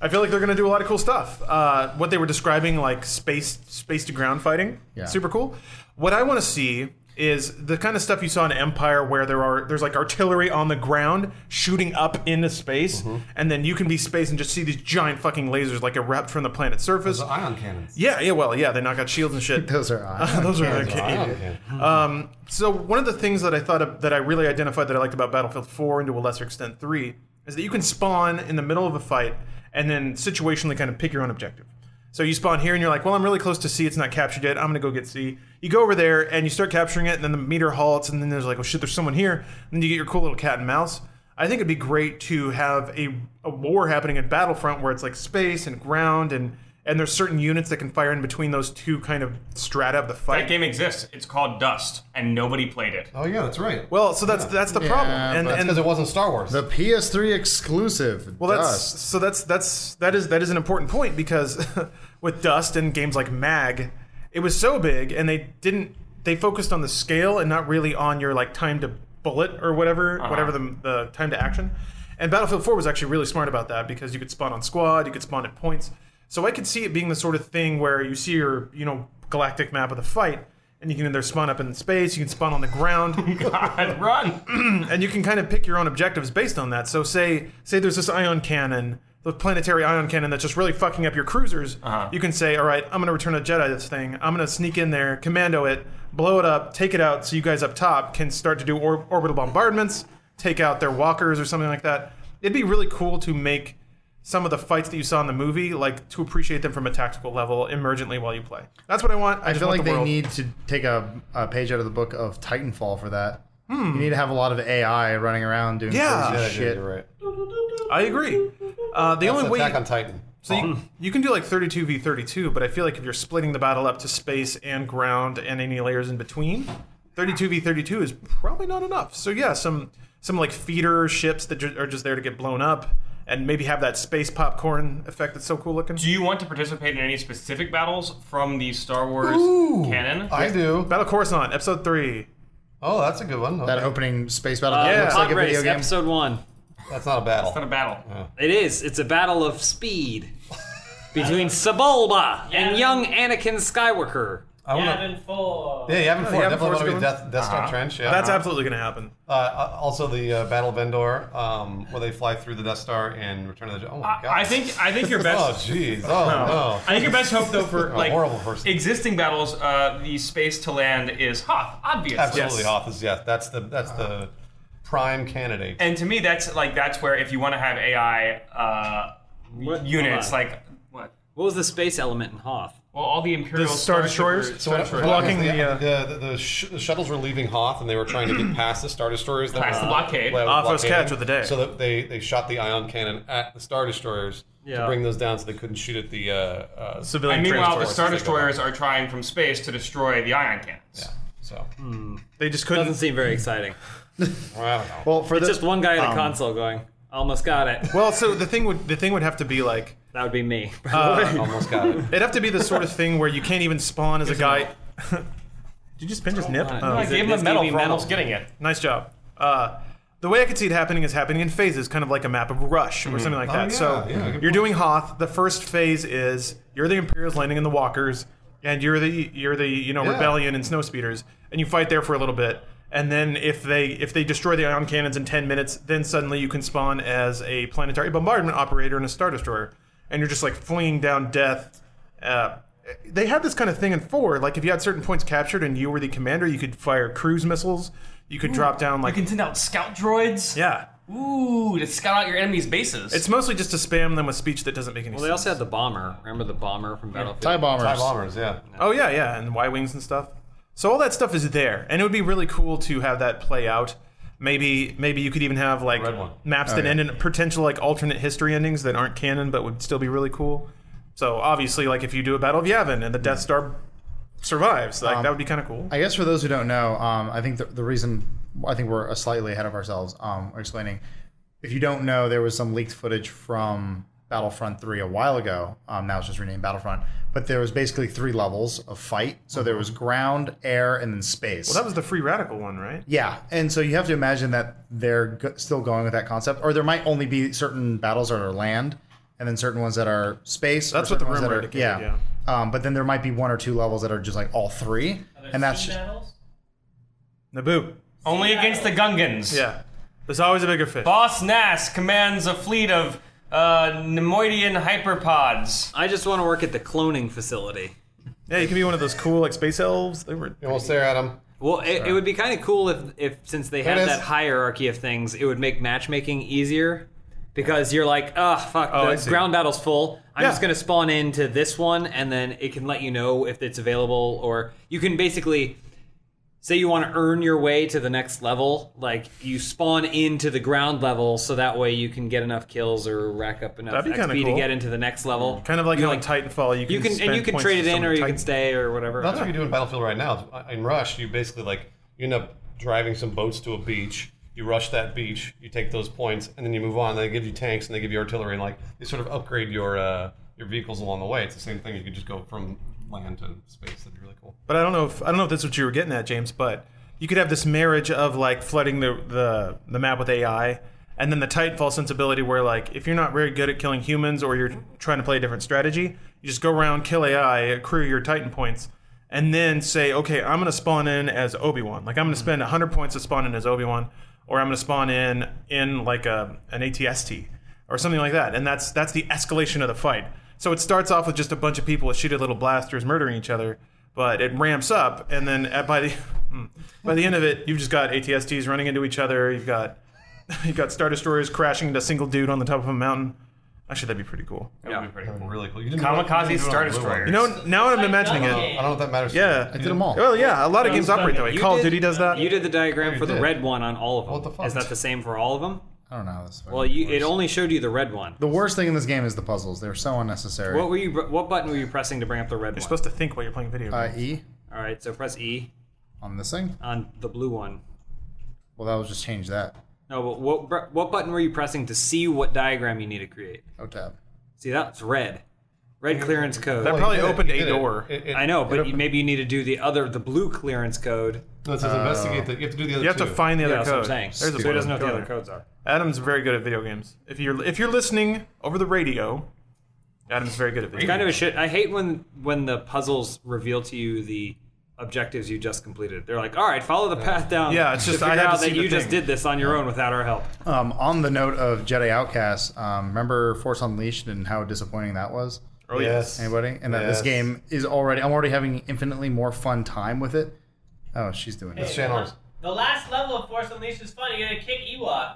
Speaker 3: I feel like they're going to do a lot of cool stuff. Uh, what they were describing, like space space to ground fighting,
Speaker 6: Yeah.
Speaker 3: super cool. What I want to see is the kind of stuff you saw in Empire, where there are there's like artillery on the ground shooting up into space,
Speaker 2: Mm-hmm.
Speaker 3: and then you can be space and just see these giant fucking lasers like erupt from the planet's surface.
Speaker 2: ion cannons.
Speaker 3: Yeah, yeah, well, yeah, they knock out shields
Speaker 2: <laughs>
Speaker 3: and shit.
Speaker 6: Those are
Speaker 3: <laughs>
Speaker 6: awesome.
Speaker 3: Those are okay.
Speaker 2: Ion cannons.
Speaker 3: So one of the things that I thought of, that I really identified that I liked about Battlefield 4 and to a lesser extent 3 is that you can spawn in the middle of a fight and then situationally kind of pick your own objective. So you spawn here and you're like, well, I'm really close to C. It's not captured yet. I'm gonna go get C. You go over there and you start capturing it, and then the meter halts, and then there's like, oh shit, there's someone here. And then you get your cool little cat and mouse. I think it'd be great to have a, a war happening in Battlefront where it's like space and ground and and there's certain units that can fire in between those two kind of strata of the fight.
Speaker 5: That game exists. It's called Dust, and nobody played it.
Speaker 2: Oh yeah, that's right. Well,
Speaker 3: Well, so that's that's the problem,
Speaker 6: Yeah,
Speaker 3: and
Speaker 6: but-
Speaker 2: because it
Speaker 3: and
Speaker 2: wasn't Star Wars.
Speaker 6: The PS3 exclusive.
Speaker 3: well, that's
Speaker 6: Dust.
Speaker 3: so that's that's that is that is an important point because <laughs> with Dust and games like Mag, it was so big, and they didn't they focused on the scale and not really on your like time to bullet or whatever whatever the the time to action. And Battlefield 4 was actually really smart about that because you could spawn on squad, you could spawn at points. So I could see it being the sort of thing where you see your you know galactic map of the fight, and you can either spawn up in space, you can spawn on the ground.
Speaker 5: God, <laughs> run! <clears throat>
Speaker 3: and you can kind of pick your own objectives based on that. So say say there's this ion cannon, the planetary ion cannon that's just really fucking up your cruisers. You can say, all right, I'm gonna return a Jedi this thing. I'm gonna sneak in there, commando it, blow it up, take it out, so you guys up top can start to do or- orbital bombardments, take out their walkers or something like that. It'd be really cool to make some of the fights that you saw in the movie, like to appreciate them from a tactical level, emergently while you play. That's what I want. I,
Speaker 6: I
Speaker 3: just
Speaker 6: feel
Speaker 3: want
Speaker 6: like
Speaker 3: the
Speaker 6: they
Speaker 3: world.
Speaker 6: need to take a, a page out of the book of Titanfall for that. You need to have a lot of AI running around doing
Speaker 3: Hmm. Yeah.
Speaker 2: yeah,
Speaker 6: crazy
Speaker 2: yeah,
Speaker 6: shit.
Speaker 2: you're right.
Speaker 3: I agree. Uh, the only way
Speaker 2: Attack on Titan.
Speaker 3: So you, you can do like 32v32, but I feel like if you're splitting the battle up to space and ground and any layers in between, 32v32 is probably not enough. So yeah, some some like feeder ships that ju- are just there to get blown up and maybe have that space popcorn effect that's so cool looking.
Speaker 5: Do you want to participate in any specific battles from the Star Wars canon?
Speaker 2: I do.
Speaker 3: Battle Coruscant, episode 3.
Speaker 2: Oh, that's a good one. Okay.
Speaker 6: That opening space battle
Speaker 1: Uh,
Speaker 6: that
Speaker 3: yeah.
Speaker 6: looks like
Speaker 1: Pod
Speaker 6: a
Speaker 1: race,
Speaker 6: video game.
Speaker 1: episode one.
Speaker 2: That's not a battle.
Speaker 5: Not a battle.
Speaker 1: It is. It's a battle of speed between Sebulba and young Anakin Skywalker.
Speaker 2: I wanna-
Speaker 4: Gavin Four.
Speaker 2: yeah, you
Speaker 5: Oh,
Speaker 2: haven't
Speaker 3: Yavin
Speaker 2: four. Definitely
Speaker 3: Four's
Speaker 2: want to
Speaker 3: a
Speaker 2: be
Speaker 3: good one.
Speaker 2: Death, Death Star
Speaker 5: Uh-huh.
Speaker 2: Trench. Yeah.
Speaker 3: That's absolutely going to happen.
Speaker 2: uh, uh, also the uh, Battle of Endor, um, where they fly through the Death Star in Return of the Jedi. Oh my god.
Speaker 5: I, I think. I
Speaker 2: <laughs>
Speaker 5: think your
Speaker 2: Oh
Speaker 5: best.
Speaker 2: jeez. Oh
Speaker 5: I think your best hope, though, for
Speaker 2: <laughs> A
Speaker 5: like
Speaker 2: horrible person.
Speaker 5: existing battles, uh, the space to land is Hoth, obviously.
Speaker 2: no. Absolutely,
Speaker 3: Yes.
Speaker 2: Hoth is yes. That's the that's the prime candidate.
Speaker 5: And to me, that's like that's where if you want to have AI uh,
Speaker 1: What-
Speaker 5: units,
Speaker 1: hold on.
Speaker 5: like what?
Speaker 1: What was the space element in Hoth?
Speaker 5: Well, all the Imperial
Speaker 3: The Star Destroyers?
Speaker 5: Troopers-
Speaker 2: So what- what
Speaker 3: Blocking
Speaker 2: happens is
Speaker 3: the, uh,
Speaker 5: uh,
Speaker 2: the, the, the, sh- the shuttles were leaving Hoth, and they were trying to get past the Star Destroyers. That
Speaker 5: Past
Speaker 2: were-
Speaker 5: the blockade.
Speaker 2: that were
Speaker 3: Off us
Speaker 2: blockading.
Speaker 3: catch with the day.
Speaker 2: So that they, they shot the ion cannon at the Star Destroyers to
Speaker 1: Yeah.
Speaker 2: bring those down, so they couldn't shoot at the uh, uh,
Speaker 3: Civilian
Speaker 5: And meanwhile, the
Speaker 3: transports.
Speaker 5: Star
Speaker 2: they go
Speaker 5: Destroyers are trying from space to destroy the ion cannons.
Speaker 2: So
Speaker 3: Hmm. They just
Speaker 1: Doesn't
Speaker 3: couldn't.
Speaker 1: seem very exciting.
Speaker 2: well, I don't know.
Speaker 6: Well, for the
Speaker 1: It's just one guy at a console going, "Almost got it."
Speaker 3: Well, so the thing would the thing would have to be like
Speaker 1: That would be me. <laughs>
Speaker 2: Almost got it.
Speaker 3: it'd have to be the sort of thing where you can't even spawn as a guy. <laughs> Did you just pinch his nip?
Speaker 1: on.
Speaker 3: Oh.
Speaker 5: I
Speaker 1: Is it-
Speaker 5: gave him a
Speaker 1: this
Speaker 5: medal
Speaker 1: gave me
Speaker 5: for
Speaker 1: medal.
Speaker 5: almost getting it.
Speaker 3: Nice job. Uh, the way I could see it happening is happening in phases, kind of like a map of Rush or something like that.
Speaker 2: yeah,
Speaker 3: so
Speaker 2: Mm-hmm. Oh, yeah, good
Speaker 3: you're doing Hoth. The first phase is you're the Imperials landing in the Walkers, and you're the you're the you know
Speaker 2: Yeah.
Speaker 3: rebellion and snowspeeders, and you fight there for a little bit. And then if they if they destroy the ion cannons in ten minutes, then suddenly you can spawn as a planetary bombardment operator and a star destroyer, and you're just like flinging down death. Uh, they had this kind of thing in four. Like if you had certain points captured and you were the commander, you could fire cruise missiles. You could drop down like
Speaker 5: You can send out scout droids.
Speaker 3: yeah.
Speaker 5: Ooh, to scout out your enemy's bases.
Speaker 3: It's mostly just to spam them with speech that doesn't make any
Speaker 1: Well, they
Speaker 3: sense.
Speaker 1: also had the bomber. Remember the bomber from Battlefield?
Speaker 6: Tie bombers.
Speaker 2: Tie bombers, yeah.
Speaker 3: Oh yeah, yeah, and Y wings and stuff. So all that stuff is there, and it would be really cool to have that play out. Maybe, maybe you could even have like
Speaker 2: Red one.
Speaker 3: maps that
Speaker 6: yeah.
Speaker 3: end in potential like alternate history endings that aren't canon but would still be really cool. So obviously, like if you do a Battle of Yavin and the Death Star survives, like that would be kind of cool.
Speaker 6: I guess for those who don't know, um, I think the, the reason I think we're slightly ahead of ourselves um, explaining. If you don't know, there was some leaked footage from Battlefront 3 a while ago. Um, now it's just renamed Battlefront, but there was basically three levels of fight. So there was ground, air, and then space.
Speaker 3: Mm-hmm. well, that was the Free Radical one, right?
Speaker 6: Yeah, and so you have to imagine that they're go- still going with that concept, or there might only be certain battles that are land, and then certain ones that are space.
Speaker 3: That's
Speaker 6: or
Speaker 3: what the
Speaker 6: certain ones that
Speaker 3: rumor
Speaker 6: are-
Speaker 3: indicated,
Speaker 6: Um, but then there might be one or two levels that are just like all three, and that's just,
Speaker 4: battles?
Speaker 3: Naboo.
Speaker 5: Only against the Gungans.
Speaker 3: Yeah, there's always a bigger fish.
Speaker 5: Boss Nass commands a fleet of uh, Nemoidian hyperpods.
Speaker 1: I just want to work at the cloning facility.
Speaker 3: Yeah, you can be one of those cool like space elves. They were
Speaker 2: You almost there, Adam.
Speaker 1: Well, it, it would be kind of cool if, if since they
Speaker 2: There
Speaker 1: have
Speaker 2: it is.
Speaker 1: that hierarchy of things, it would make matchmaking easier because you're like, oh, fuck,
Speaker 3: I
Speaker 1: the
Speaker 3: see.
Speaker 1: ground battle's full. I'm
Speaker 3: Yeah.
Speaker 1: just going to spawn into this one, and then it can let you know if it's available, or you can basically say you want to earn your way to the next level. Like, you spawn into the ground level so that way you can get enough kills or rack up enough
Speaker 3: That'd be
Speaker 1: XP
Speaker 3: kinda
Speaker 1: to
Speaker 3: cool.
Speaker 1: get into the next level.
Speaker 3: kind of like
Speaker 1: you
Speaker 3: how in Titanfall you can
Speaker 1: You can and
Speaker 3: spend
Speaker 1: you can
Speaker 3: points
Speaker 1: trade it
Speaker 3: to
Speaker 1: in, or you
Speaker 3: summon
Speaker 1: can stay, or whatever.
Speaker 2: That's what you do in Battlefield right now. In Rush, you basically like you end up driving some boats to a beach. You rush that beach. You take those points, and then you move on. They give you tanks, and they give you artillery, and like they sort of upgrade your uh, your vehicles along the way. It's the same thing. You can just go from land to space. That'd be really cool.
Speaker 3: But I don't know if I don't know if that's what you were getting at, James. But you could have this marriage of like flooding the the, the map with AI, and then the Titanfall sensibility, where like if you're not very good at killing humans or you're trying to play a different strategy, you just go around kill AI, accrue your Titan points, and then say, okay, I'm gonna spawn in as Obi Wan. Like I'm gonna spend 100 points to spawn in as Obi Wan, or I'm gonna spawn in in like a an ATST or something like that. And that's that's the escalation of the fight. So it starts off with just a bunch of people with sheeted little blasters murdering each other, but it ramps up, and then at, by the <laughs> hmm. by the end of it, you've just got ATSTs running into each other. You've got <laughs> you've got star destroyers crashing into a single dude on the top of a mountain. Actually, that'd be pretty cool.
Speaker 5: That would be pretty
Speaker 2: That'd
Speaker 5: cool.
Speaker 2: be really cool. You didn't you didn't
Speaker 5: Kamikaze
Speaker 2: do it on
Speaker 5: Star
Speaker 2: the blue
Speaker 5: Destroyers.
Speaker 3: You know, now that I'm imagining
Speaker 2: one. I
Speaker 3: it,
Speaker 2: don't know if that matters.
Speaker 3: yeah,
Speaker 6: I did them all.
Speaker 3: Well, yeah, a lot of games operate that way.
Speaker 1: You
Speaker 3: Call of
Speaker 1: did-
Speaker 3: Duty does that.
Speaker 1: You did the diagram
Speaker 2: you
Speaker 1: for the
Speaker 2: did.
Speaker 1: red one on all of them.
Speaker 2: What the fuck?
Speaker 1: Is that the same for all of them?
Speaker 6: I don't know. How this
Speaker 1: Well, you, it only showed you the red one.
Speaker 6: the worst thing in this game is the puzzles. They're so unnecessary.
Speaker 1: What were you? What button were you pressing to bring up the red
Speaker 3: You're
Speaker 1: one?
Speaker 3: supposed to think while you're playing video.
Speaker 6: uh,
Speaker 3: games.
Speaker 6: e
Speaker 1: All right, so press E
Speaker 6: on this thing.
Speaker 1: on the blue one.
Speaker 6: Well, that was just change that.
Speaker 1: No, but what what button were you pressing to see what diagram you need to create?
Speaker 6: O Oh, tab.
Speaker 1: See, that's red. Red clearance code.
Speaker 3: That
Speaker 2: Well,
Speaker 3: probably
Speaker 2: you did it.
Speaker 3: opened
Speaker 2: You
Speaker 3: a
Speaker 2: did it.
Speaker 3: door.
Speaker 2: It- it-
Speaker 1: I know,
Speaker 2: it
Speaker 1: but you,
Speaker 2: opened-
Speaker 1: maybe you need to do the other, the blue clearance code.
Speaker 2: No, it says investigate. The, you have to do the other
Speaker 3: you have to
Speaker 2: two.
Speaker 3: find the other
Speaker 1: Yeah, that's
Speaker 3: code.
Speaker 1: what I'm saying.
Speaker 3: There's a
Speaker 1: so he doesn't know
Speaker 3: button.
Speaker 1: what the
Speaker 3: Go
Speaker 1: other
Speaker 3: there.
Speaker 1: codes are.
Speaker 3: Adam's very good at video games. If you're if you're listening over the radio, Adam's very good at video.
Speaker 1: Kind
Speaker 3: games.
Speaker 1: of a shit. I hate when when the puzzles reveal to you the objectives you just completed. They're like, all right, follow the path down.
Speaker 3: Yeah, it's
Speaker 1: to
Speaker 3: just- I
Speaker 1: figure
Speaker 3: had to
Speaker 1: out
Speaker 3: see
Speaker 1: that
Speaker 3: the
Speaker 1: you just
Speaker 3: thing.
Speaker 1: did this on your own without our help.
Speaker 6: Um, on the note of Jedi Outcast, um, remember Force Unleashed and how disappointing that was.
Speaker 3: Oh yes.
Speaker 6: Anybody? And that this
Speaker 2: Yes.
Speaker 6: game is already. I'm already having infinitely more fun time with it. Oh, she's doing it.
Speaker 2: It's channels.
Speaker 4: The last level of Force Unleashed is fun. You're gonna kick Ewoks.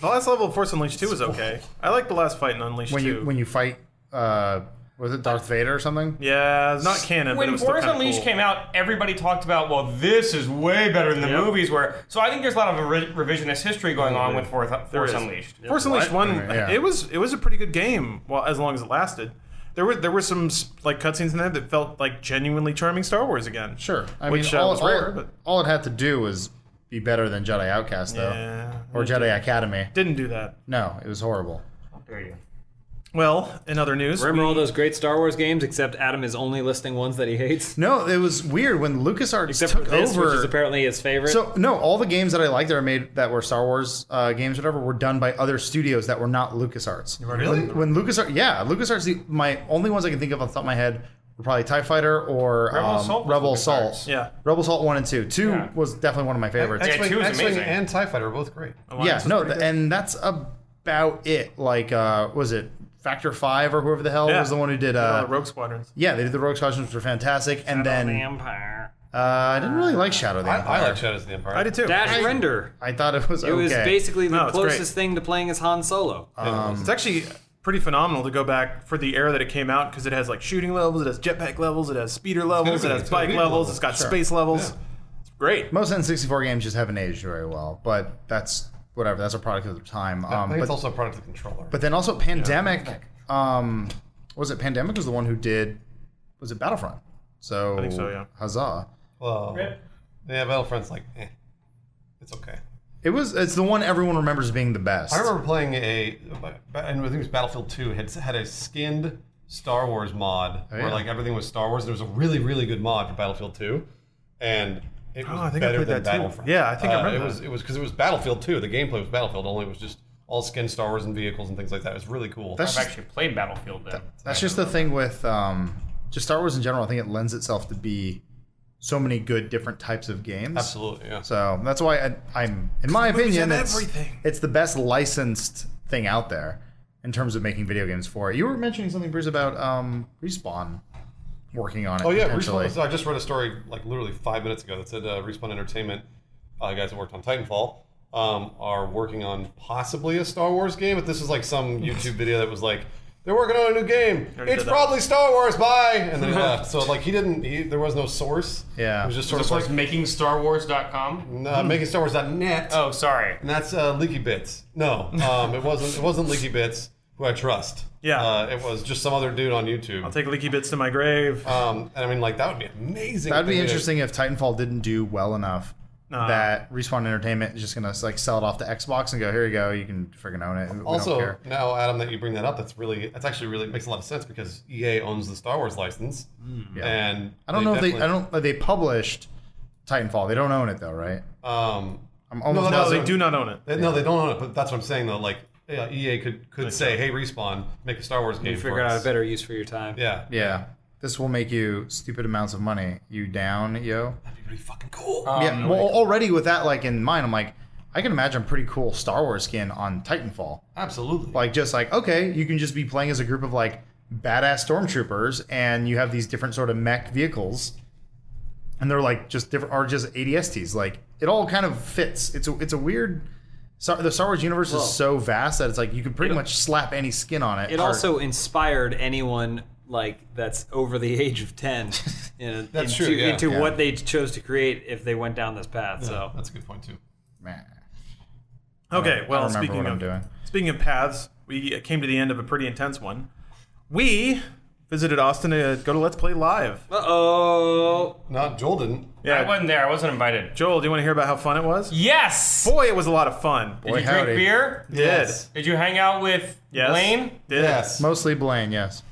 Speaker 3: The last level of Force Unleashed two was okay. I like the last fight in Unleashed
Speaker 6: when
Speaker 3: two.
Speaker 6: you when you fight uh was it Darth Vader or something?
Speaker 3: yeah, it's not canon. but it
Speaker 5: When
Speaker 3: was still
Speaker 5: Force
Speaker 3: kinda
Speaker 5: Unleashed
Speaker 3: cool.
Speaker 5: came out, everybody talked about, well, this is way better than the movies were. So I think there's a lot of re- revisionist history going on with Force, Force
Speaker 3: is.
Speaker 5: Unleashed.
Speaker 3: Force Unleashed one,
Speaker 6: Yeah.
Speaker 3: it was it was a pretty good game. Well, as long as it lasted, there were there were some s- like cutscenes in there that felt like genuinely charming Star Wars again.
Speaker 6: Sure. I
Speaker 3: Which,
Speaker 6: mean,
Speaker 3: uh,
Speaker 6: all,
Speaker 3: was
Speaker 6: all-
Speaker 3: rare, but-
Speaker 6: all it had to do was be better than Jedi Outcast though,
Speaker 3: Yeah,
Speaker 6: or Jedi Academy.
Speaker 3: didn't do that.
Speaker 6: No, it was horrible.
Speaker 5: How dare you?
Speaker 3: Well, in other news,
Speaker 1: Remember all those great Star Wars games, except Adam is only listing ones that he hates.
Speaker 6: No, it was weird when LucasArts
Speaker 1: Except
Speaker 6: <laughs> took
Speaker 1: for this,
Speaker 6: over.
Speaker 1: which is apparently his favorite.
Speaker 6: So no, all the games that I liked that are made that were Star Wars uh, games, whatever, were done by other studios that were not LucasArts.
Speaker 3: Really?
Speaker 6: When, when LucasArts, yeah, LucasArts. The, my only ones I can think of off the top of my head were probably Tie Fighter or
Speaker 5: Rebel
Speaker 6: um,
Speaker 5: Assault was
Speaker 6: Rebel
Speaker 5: LucasArts.
Speaker 6: Assault.
Speaker 3: Yeah.
Speaker 6: Rebel Assault one and two. Two was definitely one of my favorites.
Speaker 5: Yeah,
Speaker 2: X-Wing,
Speaker 5: two is
Speaker 2: X-Wing
Speaker 5: amazing.
Speaker 2: and Tie Fighter are both great.
Speaker 6: yeah, no, th- and that's about it. Like, uh, was it Factor Five or whoever the hell
Speaker 3: Yeah.
Speaker 6: was the one who did?
Speaker 3: uh,
Speaker 6: Uh,
Speaker 3: Rogue Squadrons.
Speaker 6: yeah, they did the Rogue Squadrons, which were fantastic, and then
Speaker 1: Vampire.
Speaker 6: uh, I didn't really like Shadow of the
Speaker 2: I,
Speaker 6: Empire.
Speaker 2: I like Shadows of the Empire.
Speaker 3: I did too.
Speaker 1: Dash Render.
Speaker 6: I thought it was
Speaker 1: It was
Speaker 6: okay.
Speaker 1: basically the
Speaker 3: No, it's great.
Speaker 1: closest thing to playing as Han Solo.
Speaker 2: Um,
Speaker 3: It's actually pretty phenomenal to go back for the era that it came out because it has like shooting levels, it has jetpack levels, it has speeder levels, it
Speaker 2: be-
Speaker 3: has
Speaker 2: it's gotta
Speaker 3: bike
Speaker 2: be
Speaker 3: levels,
Speaker 2: cool.
Speaker 3: it's got
Speaker 6: Sure.
Speaker 3: space levels.
Speaker 2: Yeah.
Speaker 3: It's great.
Speaker 6: Most N64 games just haven't aged very well, but that's whatever. That's a product of the time.
Speaker 2: I
Speaker 6: Um,
Speaker 2: think it's
Speaker 6: but,
Speaker 2: also a product of the controller.
Speaker 6: but then also Pandemic. Um, was it Pandemic was the one who did? Was it Battlefront? So I
Speaker 3: think so, yeah.
Speaker 6: Huzzah!
Speaker 2: well,
Speaker 4: Rip.
Speaker 2: yeah, Battlefront's like, eh, it's okay.
Speaker 6: It was. It's the one everyone remembers as being the best.
Speaker 2: I remember playing a, and I think it was Battlefield 2, had, had a skinned Star Wars mod where
Speaker 6: yeah.
Speaker 2: like everything was Star Wars. There was a really, really good mod for Battlefield 2, and it was
Speaker 3: Oh, I think I
Speaker 2: better
Speaker 3: played
Speaker 2: than
Speaker 3: that too.
Speaker 2: Battlefront.
Speaker 3: Yeah, I think I
Speaker 2: Uh,
Speaker 3: remember
Speaker 2: it
Speaker 3: that.
Speaker 2: was it was because it was Battlefield 2. The gameplay was Battlefield, only it was just all skinned Star Wars and vehicles and things like that. It was really cool.
Speaker 6: That's
Speaker 5: I've
Speaker 6: just,
Speaker 5: actually played Battlefield then.
Speaker 6: that's just the thing with um, just Star Wars in general. I think it lends itself to be so many good different types of games.
Speaker 2: Absolutely, yeah.
Speaker 6: So that's why I, I'm, in my
Speaker 3: movies
Speaker 6: opinion,
Speaker 3: have
Speaker 6: it's,
Speaker 3: everything.
Speaker 6: it's the best licensed thing out there in terms of making video games for it. You were mentioning something, Bruce, about um, Respawn working on it.
Speaker 2: Oh yeah,
Speaker 6: potentially.
Speaker 2: Respawn. So I just read a story like literally five minutes ago that said uh, Respawn Entertainment, uh, guys that worked on Titanfall, um, are working on possibly a Star Wars game. But this is like some YouTube video that was like they're working on a new game.
Speaker 3: already
Speaker 2: It's
Speaker 3: did that.
Speaker 2: probably Star Wars. Bye. And then he left. So like he didn't. He, there was no source.
Speaker 6: Yeah.
Speaker 2: it was just sort
Speaker 5: Source
Speaker 2: of like
Speaker 5: like
Speaker 3: Mm.
Speaker 5: makingstarwars.com.
Speaker 2: uh, making Star Wars.net.
Speaker 5: Oh, sorry.
Speaker 2: And that's uh, Leaky Bits. No, um, it wasn't. It wasn't Leaky Bits, who I trust.
Speaker 3: Yeah.
Speaker 2: uh, it was just some other dude on YouTube.
Speaker 3: I'll take leaky bits to my grave.
Speaker 2: um, and I mean, like that would be amazing.
Speaker 6: That'd
Speaker 2: if
Speaker 6: be
Speaker 2: they did.
Speaker 6: interesting if Titanfall didn't do well enough that Respawn Entertainment is just gonna like sell it off to Xbox and go, here you go, you can freaking own it. We don't
Speaker 2: Also,
Speaker 6: care.
Speaker 2: now Adam, that you bring that up, that's really that's actually really makes a lot of sense because EA owns the Star Wars license, and
Speaker 6: Mm. I don't know if they I don't they published Titanfall. They don't own it though, right?
Speaker 2: don't. Um,
Speaker 6: I'm almost
Speaker 3: no,
Speaker 2: that's
Speaker 3: they
Speaker 2: what-
Speaker 3: do not own it.
Speaker 2: they- No, they don't own it. But that's what I'm saying though. Like yeah, EA could could say, "Hey, respawn, make a Star Wars game."
Speaker 1: you figured
Speaker 2: for
Speaker 1: out
Speaker 2: us.
Speaker 1: a better use for your time.
Speaker 2: Yeah,
Speaker 6: Yeah. This will make you stupid amounts of money. You down, yo?
Speaker 2: that'd be pretty fucking cool.
Speaker 6: yeah.
Speaker 1: Um,
Speaker 6: Well, already with that like in mind, I'm like, I can imagine a pretty cool Star Wars skin on Titanfall.
Speaker 2: Absolutely.
Speaker 6: Like, just like okay, you can just be playing as a group of like badass stormtroopers, and you have these different sort of mech vehicles, and they're like just different, are just ADSTs. Like, it all kind of fits. It's a it's a weird. Star- The Star Wars universe is so vast that it's like you can pretty much slap any skin on it.
Speaker 1: It
Speaker 6: or-
Speaker 1: also inspired anyone like that's over the age of ten, you know,
Speaker 2: That's
Speaker 1: into,
Speaker 2: true, yeah.
Speaker 1: into
Speaker 6: Yeah.
Speaker 1: what they chose to create if they went down this path.
Speaker 2: so
Speaker 1: So
Speaker 2: that's a good point too.
Speaker 6: Meh.
Speaker 3: Okay,
Speaker 6: I
Speaker 3: well,
Speaker 6: don't remember
Speaker 3: speaking
Speaker 6: what
Speaker 3: of
Speaker 6: I'm doing.
Speaker 3: speaking of paths, we came to the end of a pretty intense one. We visited Austin to go to Let's Play Live.
Speaker 1: uh oh,
Speaker 2: Not Joel didn't.
Speaker 5: I wasn't there. I wasn't invited.
Speaker 3: Joel, do you want to hear about how fun it was?
Speaker 5: Yes.
Speaker 3: Boy, it was a lot of fun.
Speaker 6: Boy,
Speaker 5: Did you drink
Speaker 6: howdy.
Speaker 5: beer?
Speaker 3: Did
Speaker 2: Yes.
Speaker 5: Did you hang out with
Speaker 3: yes.
Speaker 5: Blaine?
Speaker 3: Did.
Speaker 2: Yes.
Speaker 6: Mostly Blaine, yes.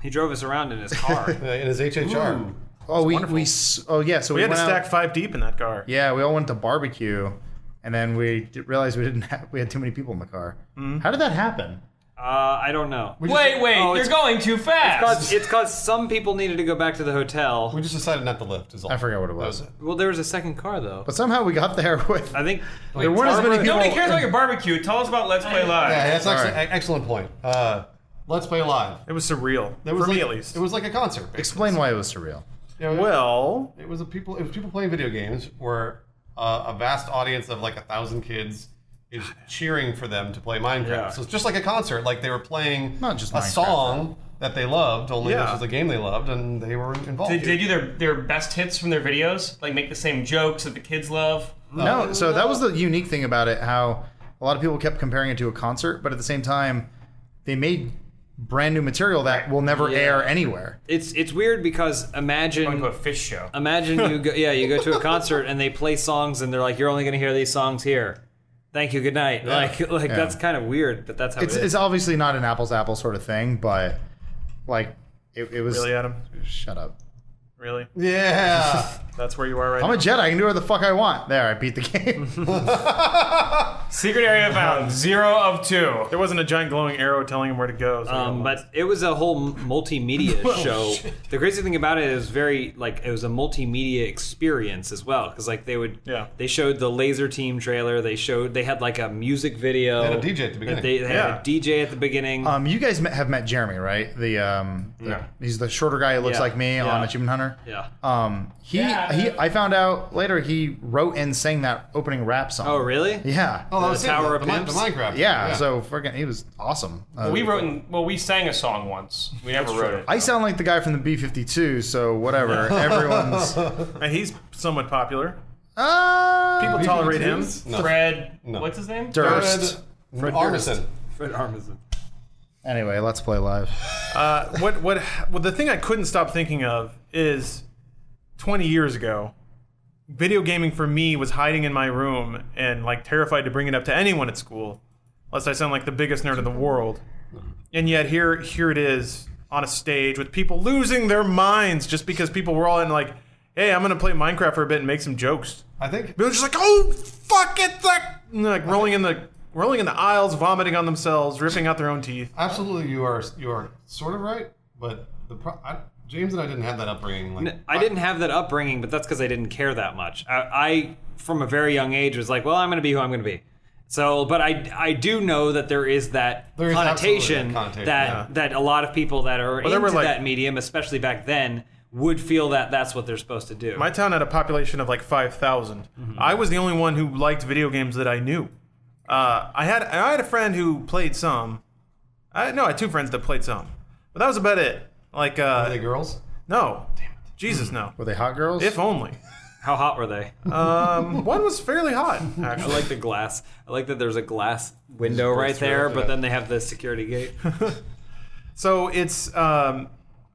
Speaker 1: he drove us around in his car.
Speaker 2: Uh, In his HHR.
Speaker 6: Oh, we, we s- oh yeah. So we,
Speaker 3: We had to
Speaker 6: went out-
Speaker 3: stack five deep in that car.
Speaker 6: Yeah, we all went to barbecue, and then we d- realized we didn't <laughs> have we had too many people in the car. How did that happen?
Speaker 1: Uh, I don't know.
Speaker 5: Wait, wait.
Speaker 1: Oh,
Speaker 5: you're
Speaker 1: it's-
Speaker 5: going too
Speaker 1: Cause,
Speaker 5: fast.
Speaker 1: it's because some people needed to go back to the hotel.
Speaker 2: We just decided not to lift. Is all.
Speaker 6: I forgot what it
Speaker 2: That
Speaker 6: was,
Speaker 2: was it.
Speaker 1: Well, there was a second car though.
Speaker 6: but somehow we got there <laughs> with.
Speaker 1: I think
Speaker 6: there weren't as many people.
Speaker 5: Nobody cares about your barbecue. Tell us about Let's Play Live.
Speaker 2: Yeah, that's
Speaker 6: All
Speaker 2: actually,
Speaker 6: right.
Speaker 2: an excellent point. Uh, let's play live.
Speaker 3: It was surreal.
Speaker 2: It was
Speaker 3: for me
Speaker 2: like-
Speaker 3: at least.
Speaker 2: It was like a concert. basically.
Speaker 6: Explain why it was surreal.
Speaker 2: You know,
Speaker 3: well,
Speaker 2: it was a people it was people playing video games where uh, a vast audience of like a thousand kids is cheering for them to play Minecraft.
Speaker 1: Yeah.
Speaker 2: So it's just like a concert, like they were playing
Speaker 6: Not just
Speaker 2: a
Speaker 6: Minecraft,
Speaker 2: song that they loved, only
Speaker 3: Yeah.
Speaker 2: this was a game they loved and they were involved.
Speaker 5: Did
Speaker 2: in
Speaker 5: they
Speaker 2: it.
Speaker 5: do their, their best hits from their videos? Like make the same jokes that the kids love?
Speaker 6: No, so that was the unique thing about it. How a lot of people kept comparing it to a concert, but at the same time, they made brand new material that will never
Speaker 1: Yeah.
Speaker 6: air anywhere.
Speaker 1: it's it's weird because
Speaker 5: Going to a
Speaker 1: imagine
Speaker 5: fish show.
Speaker 1: imagine you go yeah you go to a concert and they play songs and they're like you're only gonna hear these songs here. thank you, good night. Like, <laughs> like that's kind of weird, but that's how
Speaker 6: It's
Speaker 1: it is.
Speaker 6: it's obviously not an apples to apples sort of thing, but like it, it was.
Speaker 3: Really, Adam?
Speaker 6: Shut up.
Speaker 3: Really?
Speaker 1: <laughs>
Speaker 2: Yeah.
Speaker 3: That's where you are right
Speaker 6: I'm
Speaker 3: now.
Speaker 6: a Jedi. I can do whatever the fuck I want. There, I beat the <laughs> game.
Speaker 5: Secret
Speaker 3: <laughs>
Speaker 5: area found. Zero of two.
Speaker 3: There wasn't a giant glowing arrow telling him where to go. So
Speaker 1: Um, but it was a whole m-
Speaker 3: <laughs>
Speaker 1: multimedia
Speaker 3: Oh,
Speaker 1: show. The crazy thing about it is very like it was a multimedia experience as well because like they would
Speaker 3: Yeah.
Speaker 1: they showed the Laser Team trailer. They showed they had like a music video.
Speaker 2: They had a DJ at the beginning.
Speaker 1: They, they
Speaker 3: Yeah. Uh,
Speaker 1: had a DJ at the beginning.
Speaker 6: um, you guys met, have met Jeremy, right? The um, the-
Speaker 2: No.
Speaker 6: he's the shorter guy who looks
Speaker 1: Yeah.
Speaker 6: like me
Speaker 1: Yeah.
Speaker 6: on Achievement Hunter.
Speaker 1: yeah.
Speaker 6: Um, he
Speaker 4: Yeah.
Speaker 6: he. I found out later he wrote and sang that opening rap song.
Speaker 1: oh really?
Speaker 6: Yeah.
Speaker 2: Oh, that
Speaker 1: The
Speaker 2: was it,
Speaker 1: Tower
Speaker 2: the,
Speaker 1: of
Speaker 2: the, Mi-
Speaker 1: Pimps?
Speaker 2: the Minecraft.
Speaker 6: yeah, So freaking, he was awesome. Uh,
Speaker 5: We wrote in, well, we sang a song once. We never wrote it.
Speaker 6: I sound like the guy from the B52, so whatever. Everyone's
Speaker 3: and he's somewhat popular.
Speaker 6: uh,
Speaker 3: People tolerate him.
Speaker 2: No.
Speaker 5: Fred,
Speaker 2: No.
Speaker 5: what's his name?
Speaker 6: Durst.
Speaker 2: Fred Armisen.
Speaker 1: Fred Armisen.
Speaker 6: Anyway, let's play live.
Speaker 3: Uh, what what well, the thing I couldn't stop thinking of is 20 years ago, video gaming for me was hiding in my room and like terrified to bring it up to anyone at school, lest I sound like the biggest nerd in the world. And yet here here it is on a stage with people losing their minds just because people were all in like, hey, I'm gonna play Minecraft for a bit and make some jokes.
Speaker 2: I think.
Speaker 3: People were just like, oh fuck it, that and, like rolling in the rolling in the aisles, vomiting on themselves, ripping out their own teeth.
Speaker 2: Absolutely, you are you are sort of right, but the pro- I, James and I didn't have that upbringing. Like,
Speaker 1: I didn't have that upbringing, but that's because I didn't care that much. I, I, from a very young age, was like, well, I'm going to be who I'm going to be. So, but I, I do know that there is that
Speaker 2: There is
Speaker 1: connotation,
Speaker 2: absolutely that connotation,
Speaker 1: that
Speaker 2: yeah.
Speaker 1: that a lot of people that are
Speaker 3: there
Speaker 1: into
Speaker 3: were, like-
Speaker 1: that medium, especially back then, would feel that that's what they're supposed to do.
Speaker 3: My town had a population of like 5,000. I was the only one who liked video games that I knew. Uh, I had I had a friend who played some. I no, I had two friends that played some, but that was about it. Like
Speaker 2: Are they
Speaker 3: uh,
Speaker 2: girls?
Speaker 3: no, Jesus no.
Speaker 6: Were they hot girls?
Speaker 3: If only
Speaker 1: How hot were they?
Speaker 3: um, <laughs> one was fairly hot
Speaker 1: I
Speaker 3: actually.
Speaker 1: like the glass. I like that there's a glass window right
Speaker 2: through
Speaker 1: there,
Speaker 2: it,
Speaker 1: but
Speaker 2: yeah.
Speaker 1: then they have the security gate. <laughs>
Speaker 3: So it's um,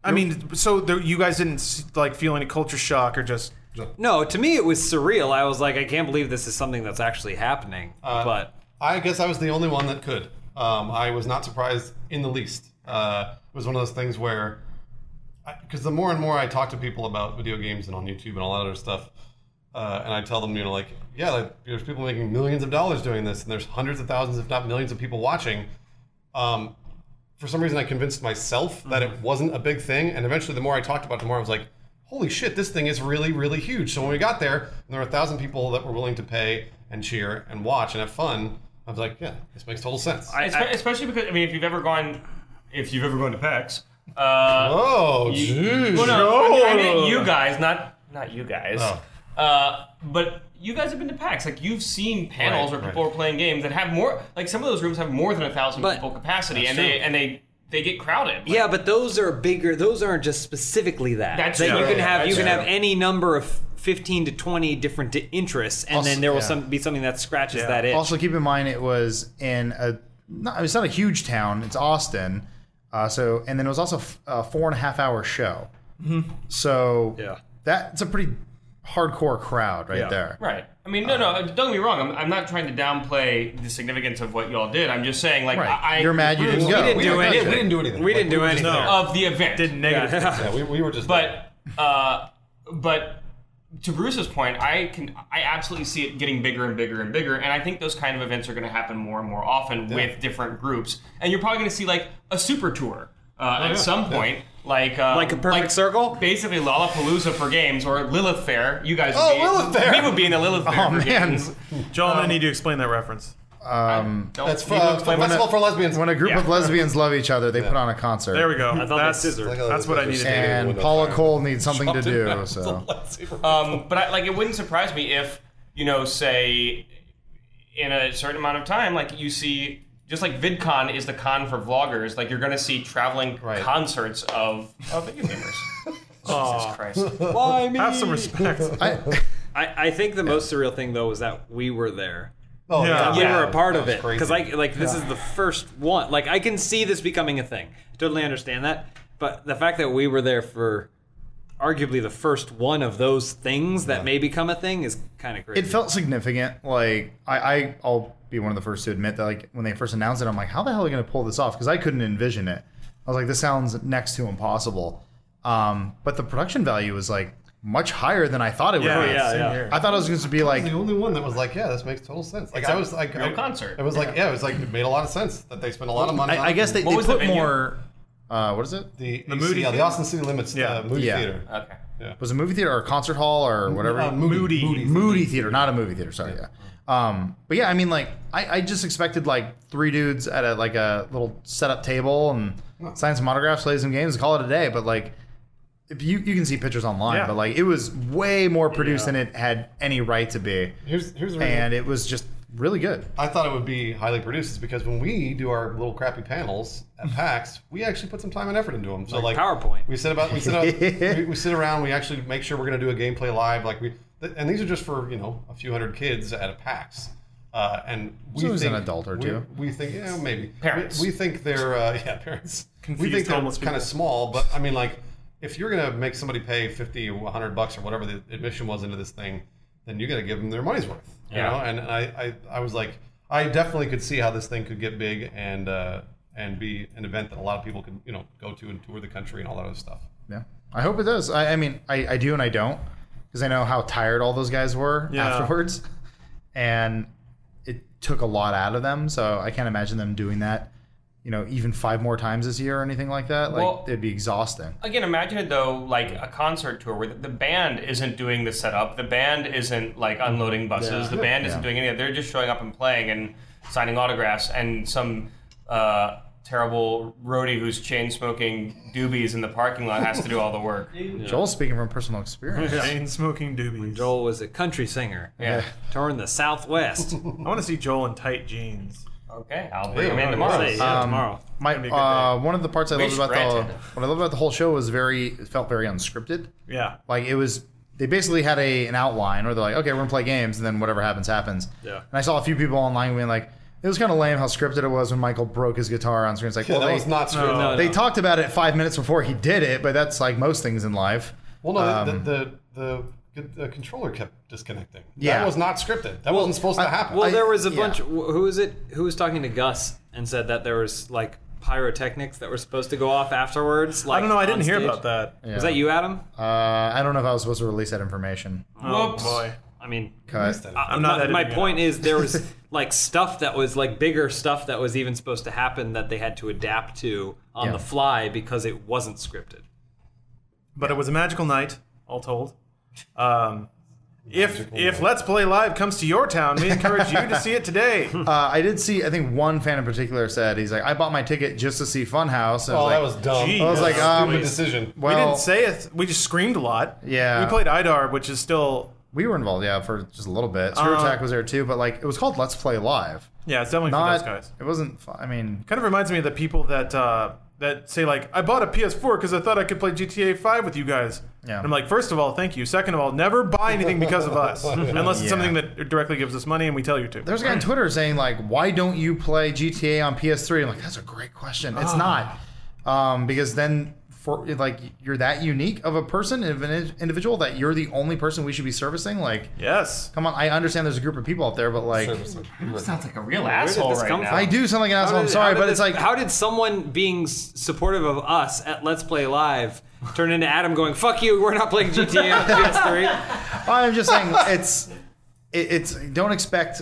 Speaker 3: I mean, so there, you guys didn't s- like feel any culture shock or just
Speaker 1: No, to me it was surreal. I was like, I can't believe this is something that's actually happening. but
Speaker 2: I guess I was the only one that could. Um, I was not surprised in the least. Uh, it was one of those things where, because the more and more I talk to people about video games and on YouTube and all that other stuff, uh, and I tell them, you know, like, yeah, like, there's people making millions of dollars doing this, and there's hundreds of thousands, if not millions, of people watching. Um, for some reason, I convinced myself that it wasn't a big thing, and eventually, the more I talked about it, the more I was like, "Holy shit, this thing is really, really huge!" So when we got there, and there were a thousand people that were willing to pay and cheer and watch and have fun. I was like, "Yeah, this makes total sense."
Speaker 5: Espe- especially because I mean, if you've ever gone, if you've ever gone to PAX, uh,
Speaker 2: oh, jeez.
Speaker 5: well, no, I mean- I mean, you guys, not not you guys,
Speaker 6: Oh.
Speaker 5: uh, but you guys have been to PAX. Like you've seen panels
Speaker 2: Right,
Speaker 5: where people
Speaker 2: right.
Speaker 5: are playing games that have more. Like some of those rooms have more than a thousand
Speaker 1: But-
Speaker 5: people capacity, and they and they they get crowded. Like,
Speaker 1: Yeah, but those are bigger. Those aren't just specifically that.
Speaker 5: That's
Speaker 1: That
Speaker 5: true.
Speaker 1: You can have
Speaker 5: That's
Speaker 1: you can
Speaker 5: true.
Speaker 1: have any number of fifteen to twenty different di- interests, and
Speaker 6: Also-
Speaker 1: then there will
Speaker 6: yeah.
Speaker 1: some, be something that scratches
Speaker 3: Yeah.
Speaker 1: that itch.
Speaker 6: also keep in mind it was in a not, it's not a huge town. It's Austin. Uh, so and then it was also f- a four and a half hour show.
Speaker 5: Mm-hmm.
Speaker 6: So
Speaker 1: Yeah.
Speaker 6: that's a pretty hardcore crowd right there.
Speaker 5: Right. I mean, no,
Speaker 6: Uh-huh.
Speaker 5: no. Don't get me wrong. I'm, I'm not trying to downplay the significance of what y'all did. I'm just saying, like,
Speaker 6: Right.
Speaker 5: I, I
Speaker 6: You're mad you didn't
Speaker 5: approve
Speaker 6: go.
Speaker 1: we didn't
Speaker 2: We
Speaker 1: do
Speaker 2: didn't-
Speaker 1: anything.
Speaker 2: we didn't do anything.
Speaker 1: We didn't
Speaker 2: Like,
Speaker 1: do
Speaker 2: we were just
Speaker 1: anything.
Speaker 2: there.
Speaker 5: of the event.
Speaker 3: did negative.
Speaker 2: yeah, we, we were just there.
Speaker 5: But, uh, but to Bruce's point, I can I absolutely see it getting bigger and bigger and bigger, and I think those kind of events are going to happen more and more often with different groups, and you're probably going to see like a super tour uh, at
Speaker 2: Oh, yeah,
Speaker 5: some
Speaker 2: yeah.
Speaker 5: point. Like, um,
Speaker 1: Like a perfect circle?
Speaker 5: Basically, Lollapalooza for games or Lilith Fair. You guys,
Speaker 2: Oh,
Speaker 5: would be,
Speaker 2: Lilith Fair!
Speaker 5: We would be in the Lilith Fair.
Speaker 6: Oh
Speaker 5: for
Speaker 6: man,
Speaker 5: games.
Speaker 3: <laughs> Joel, I'm gonna need you to explain that reference.
Speaker 5: Um, don't,
Speaker 2: That's
Speaker 5: you
Speaker 2: for,
Speaker 5: don't
Speaker 2: uh,
Speaker 5: explain what-
Speaker 2: festival for lesbians.
Speaker 6: when a group of
Speaker 5: Yeah.
Speaker 6: lesbians love each other, they put on a concert.
Speaker 3: There we go.
Speaker 1: I thought
Speaker 3: that's
Speaker 1: that's scissor.
Speaker 3: That's what I needed. to do.
Speaker 6: and Paula Cole needs something to do. So
Speaker 5: Um, but I, like, it wouldn't surprise me if you know, say, in a certain amount of time, like you see, just like VidCon is the con for vloggers, like you're going to see traveling
Speaker 2: Right.
Speaker 5: concerts of, of video gamers.
Speaker 1: <laughs>
Speaker 5: <laughs> Jesus Christ!
Speaker 1: Why me?
Speaker 3: Have some respect.
Speaker 6: I,
Speaker 1: I, I think the most surreal thing though was that we were there.
Speaker 2: Oh,
Speaker 3: Yeah.
Speaker 1: we
Speaker 5: Yeah.
Speaker 1: were a part
Speaker 2: That
Speaker 1: of
Speaker 2: was
Speaker 1: it
Speaker 2: crazy.
Speaker 1: because I like this is the first one. Like I can see this becoming a thing. Totally understand that, but the fact that we were there for arguably the first one of those things that may become a thing is kind of crazy.
Speaker 6: It felt significant. Like I, I, I'll be one of the first to admit that. Like when they first announced it, I'm like, how the hell are they going to pull this off? Because I couldn't envision it. I was like, this sounds next to impossible. Um, but the production value was like much higher than I thought it would
Speaker 3: Yeah,
Speaker 6: be.
Speaker 1: Oh, yeah, yeah.
Speaker 6: I thought it was going to be like
Speaker 2: the only one that was like, yeah, this makes total sense. Like I was like,
Speaker 5: real
Speaker 2: I,
Speaker 5: concert.
Speaker 2: It was like, yeah, it was like it made a lot of sense that they spent a lot of money.
Speaker 6: I,
Speaker 2: on
Speaker 6: I guess they, they
Speaker 5: was the
Speaker 6: put
Speaker 5: venue?
Speaker 6: more. Uh, what is it?
Speaker 2: the, AC,
Speaker 3: The Moody
Speaker 2: yeah, the
Speaker 3: Theater?
Speaker 2: Austin City Limits
Speaker 3: Yeah.
Speaker 2: uh, movie
Speaker 6: Yeah.
Speaker 2: theater.
Speaker 5: Okay.
Speaker 6: Was it a movie theater or a concert hall or whatever?
Speaker 2: Uh, Moody.
Speaker 3: Moody.
Speaker 6: Moody theater, not a movie theater. Sorry, yeah. Um, but yeah, I mean, like, I, I just expected like three dudes at a like a little setup table and sign some autographs, play some games, and call it a day. But like, if you you can see pictures online,
Speaker 3: Yeah.
Speaker 6: but like, it was way more produced than it had any right to be,
Speaker 2: Here's here's the reason
Speaker 6: and it was just really good.
Speaker 2: I thought it would be highly produced is because when we do our little crappy panels
Speaker 6: <laughs>
Speaker 2: at PAX, we actually put some time and effort into them. So like,
Speaker 1: PowerPoint.
Speaker 2: we sit about we sit
Speaker 6: <laughs>
Speaker 2: out, we, we sit around. We actually make sure we're going to do a gameplay live. Like we, th- and these are just for you know a few hundred kids at a PAX. Uh, and we
Speaker 6: So it was
Speaker 2: think
Speaker 6: an adult or
Speaker 2: we-
Speaker 6: two.
Speaker 2: We think yeah maybe
Speaker 5: Parents.
Speaker 2: We, we think they're uh, <laughs> yeah parents. we
Speaker 3: Confused
Speaker 2: think
Speaker 3: homeless
Speaker 2: they're kind of
Speaker 3: people.
Speaker 2: small, but I mean like if you're going to make somebody pay 50 or 100 bucks or whatever the admission was into this thing, then you got to give them their money's worth. You
Speaker 5: Yeah.
Speaker 2: know, and I, I, I was like, I definitely could see how this thing could get big and uh, and be an event that a lot of people could you know go to and tour the country and all that other stuff.
Speaker 6: Yeah, I hope it does. I, I mean, I, I do and I don't because I know how tired all those guys were
Speaker 3: Yeah.
Speaker 6: afterwards, <laughs> and it took a lot out of them. So I can't imagine them doing that, you know, even five more times this year or anything like that. Like
Speaker 5: Well-
Speaker 6: it'd be exhausting.
Speaker 5: Again, imagine it though, like a concert tour where the- the band isn't doing the setup, the band isn't like unloading buses, the band isn't doing any of that. They're just showing up and playing and signing autographs, and some uh, terrible roadie who's chain smoking doobies in the parking lot has to do all the work.
Speaker 6: Joel, speaking from personal
Speaker 3: <laughs>
Speaker 6: experience,
Speaker 3: Chain smoking doobies.
Speaker 1: Joel was a country singer.
Speaker 5: Yeah.
Speaker 1: Touring the
Speaker 3: <laughs>
Speaker 1: Southwest.
Speaker 3: I want to see Joel in tight jeans.
Speaker 5: Okay, I'll bring
Speaker 2: Yeah,
Speaker 5: him in
Speaker 2: right,
Speaker 5: tomorrow.
Speaker 1: Say,
Speaker 2: Uh,
Speaker 1: yeah, tomorrow.
Speaker 6: my
Speaker 3: be a good
Speaker 6: uh, one of the parts I
Speaker 5: We
Speaker 6: loved about the
Speaker 5: scranted.
Speaker 6: what I loved about the whole show was very it felt very unscripted.
Speaker 3: Yeah.
Speaker 6: Like it was, they basically had a an outline where they're like, okay, we're gonna play games, and then whatever happens, happens.
Speaker 1: Yeah.
Speaker 6: And I saw a few people online being like, it was kind of lame how scripted it was when Michael broke his guitar on screen. It's like,
Speaker 2: Yeah,
Speaker 6: well,
Speaker 2: Oh, that
Speaker 6: they,
Speaker 2: was not screwed
Speaker 1: No, no.
Speaker 2: up.
Speaker 6: they talked about it five minutes before he did it, but that's like most things in life.
Speaker 2: Well, no,
Speaker 6: Um,
Speaker 2: the, the, the the controller kept disconnecting.
Speaker 6: Yeah.
Speaker 2: that was not scripted. That wasn't supposed to happen.
Speaker 1: Well,
Speaker 6: I-
Speaker 1: there was a
Speaker 6: yeah.
Speaker 1: bunch. wh- Who was it? Who was talking to Gus and said that there was like pyrotechnics that were supposed to go off afterwards? Like
Speaker 3: I don't know. I didn't
Speaker 1: on
Speaker 3: hear
Speaker 1: stage?
Speaker 3: about that.
Speaker 1: Was that you, Adam?
Speaker 6: Uh, I don't know if I was supposed to release that information.
Speaker 3: Oh
Speaker 5: Whoops.
Speaker 3: boy.
Speaker 1: I mean,
Speaker 6: Cut.
Speaker 1: I'm
Speaker 3: not
Speaker 1: My,
Speaker 3: editing
Speaker 1: my
Speaker 3: it
Speaker 1: point is there
Speaker 3: <laughs>
Speaker 1: was like stuff that was like bigger stuff that was even supposed to happen that they had to adapt to on
Speaker 6: Yeah.
Speaker 1: the fly because it wasn't scripted.
Speaker 3: But it was a magical night, all told. Um, if if Let's Play Live comes to your town, we encourage you to see it
Speaker 6: <laughs>
Speaker 3: today.
Speaker 6: Uh, I did see. I think one fan in particular said he's like, I bought my ticket just to see Funhouse. And
Speaker 2: oh,
Speaker 6: I
Speaker 2: that was
Speaker 6: was like,
Speaker 2: dumb.
Speaker 3: Gee,
Speaker 2: that
Speaker 6: I was
Speaker 2: was
Speaker 6: like,
Speaker 2: a stupid
Speaker 6: um,
Speaker 2: decision.
Speaker 6: well,
Speaker 3: we didn't say it. We just screamed a lot.
Speaker 6: Yeah.
Speaker 3: We played IDAR, which is still
Speaker 6: we were involved, yeah, for just a little bit. Spirit
Speaker 3: Uh,
Speaker 6: Attack was there too, but like it was called Let's Play Live.
Speaker 3: yeah, it's definitely
Speaker 6: Not.
Speaker 3: for those guys.
Speaker 6: It wasn't. fu- I mean,
Speaker 3: Kind of reminds me of the people that uh, that say like, I bought a PS4 because I thought I could play GTA 5 with you guys.
Speaker 6: Yeah.
Speaker 3: And I'm like, first of all, thank you. Second of all, never buy anything because of us, unless it's
Speaker 6: Yeah.
Speaker 3: something that directly gives us money and we tell you to.
Speaker 6: There's a guy on Twitter saying like, "Why don't you play GTA on PS3?" I'm like, "That's a great question. It's not, um, because then for like you're that unique of a person, of an in- individual that you're the only person we should be servicing. Like,
Speaker 3: yes.
Speaker 6: come on, I understand there's a group of people out there, but like,
Speaker 5: Sounds like a real
Speaker 1: did
Speaker 5: asshole
Speaker 1: this
Speaker 5: right
Speaker 1: come
Speaker 5: now.
Speaker 1: from?
Speaker 6: I do sound like an asshole. I'm
Speaker 1: did-
Speaker 6: sorry,
Speaker 1: did
Speaker 6: but
Speaker 1: this-
Speaker 6: it's like,
Speaker 1: how did someone being s- supportive of us at Let's Play Live turn into Adam going, "Fuck you, we're not playing GTA
Speaker 2: <laughs>
Speaker 1: on PS3"?
Speaker 6: <laughs> I'm just saying it's it, it's don't expect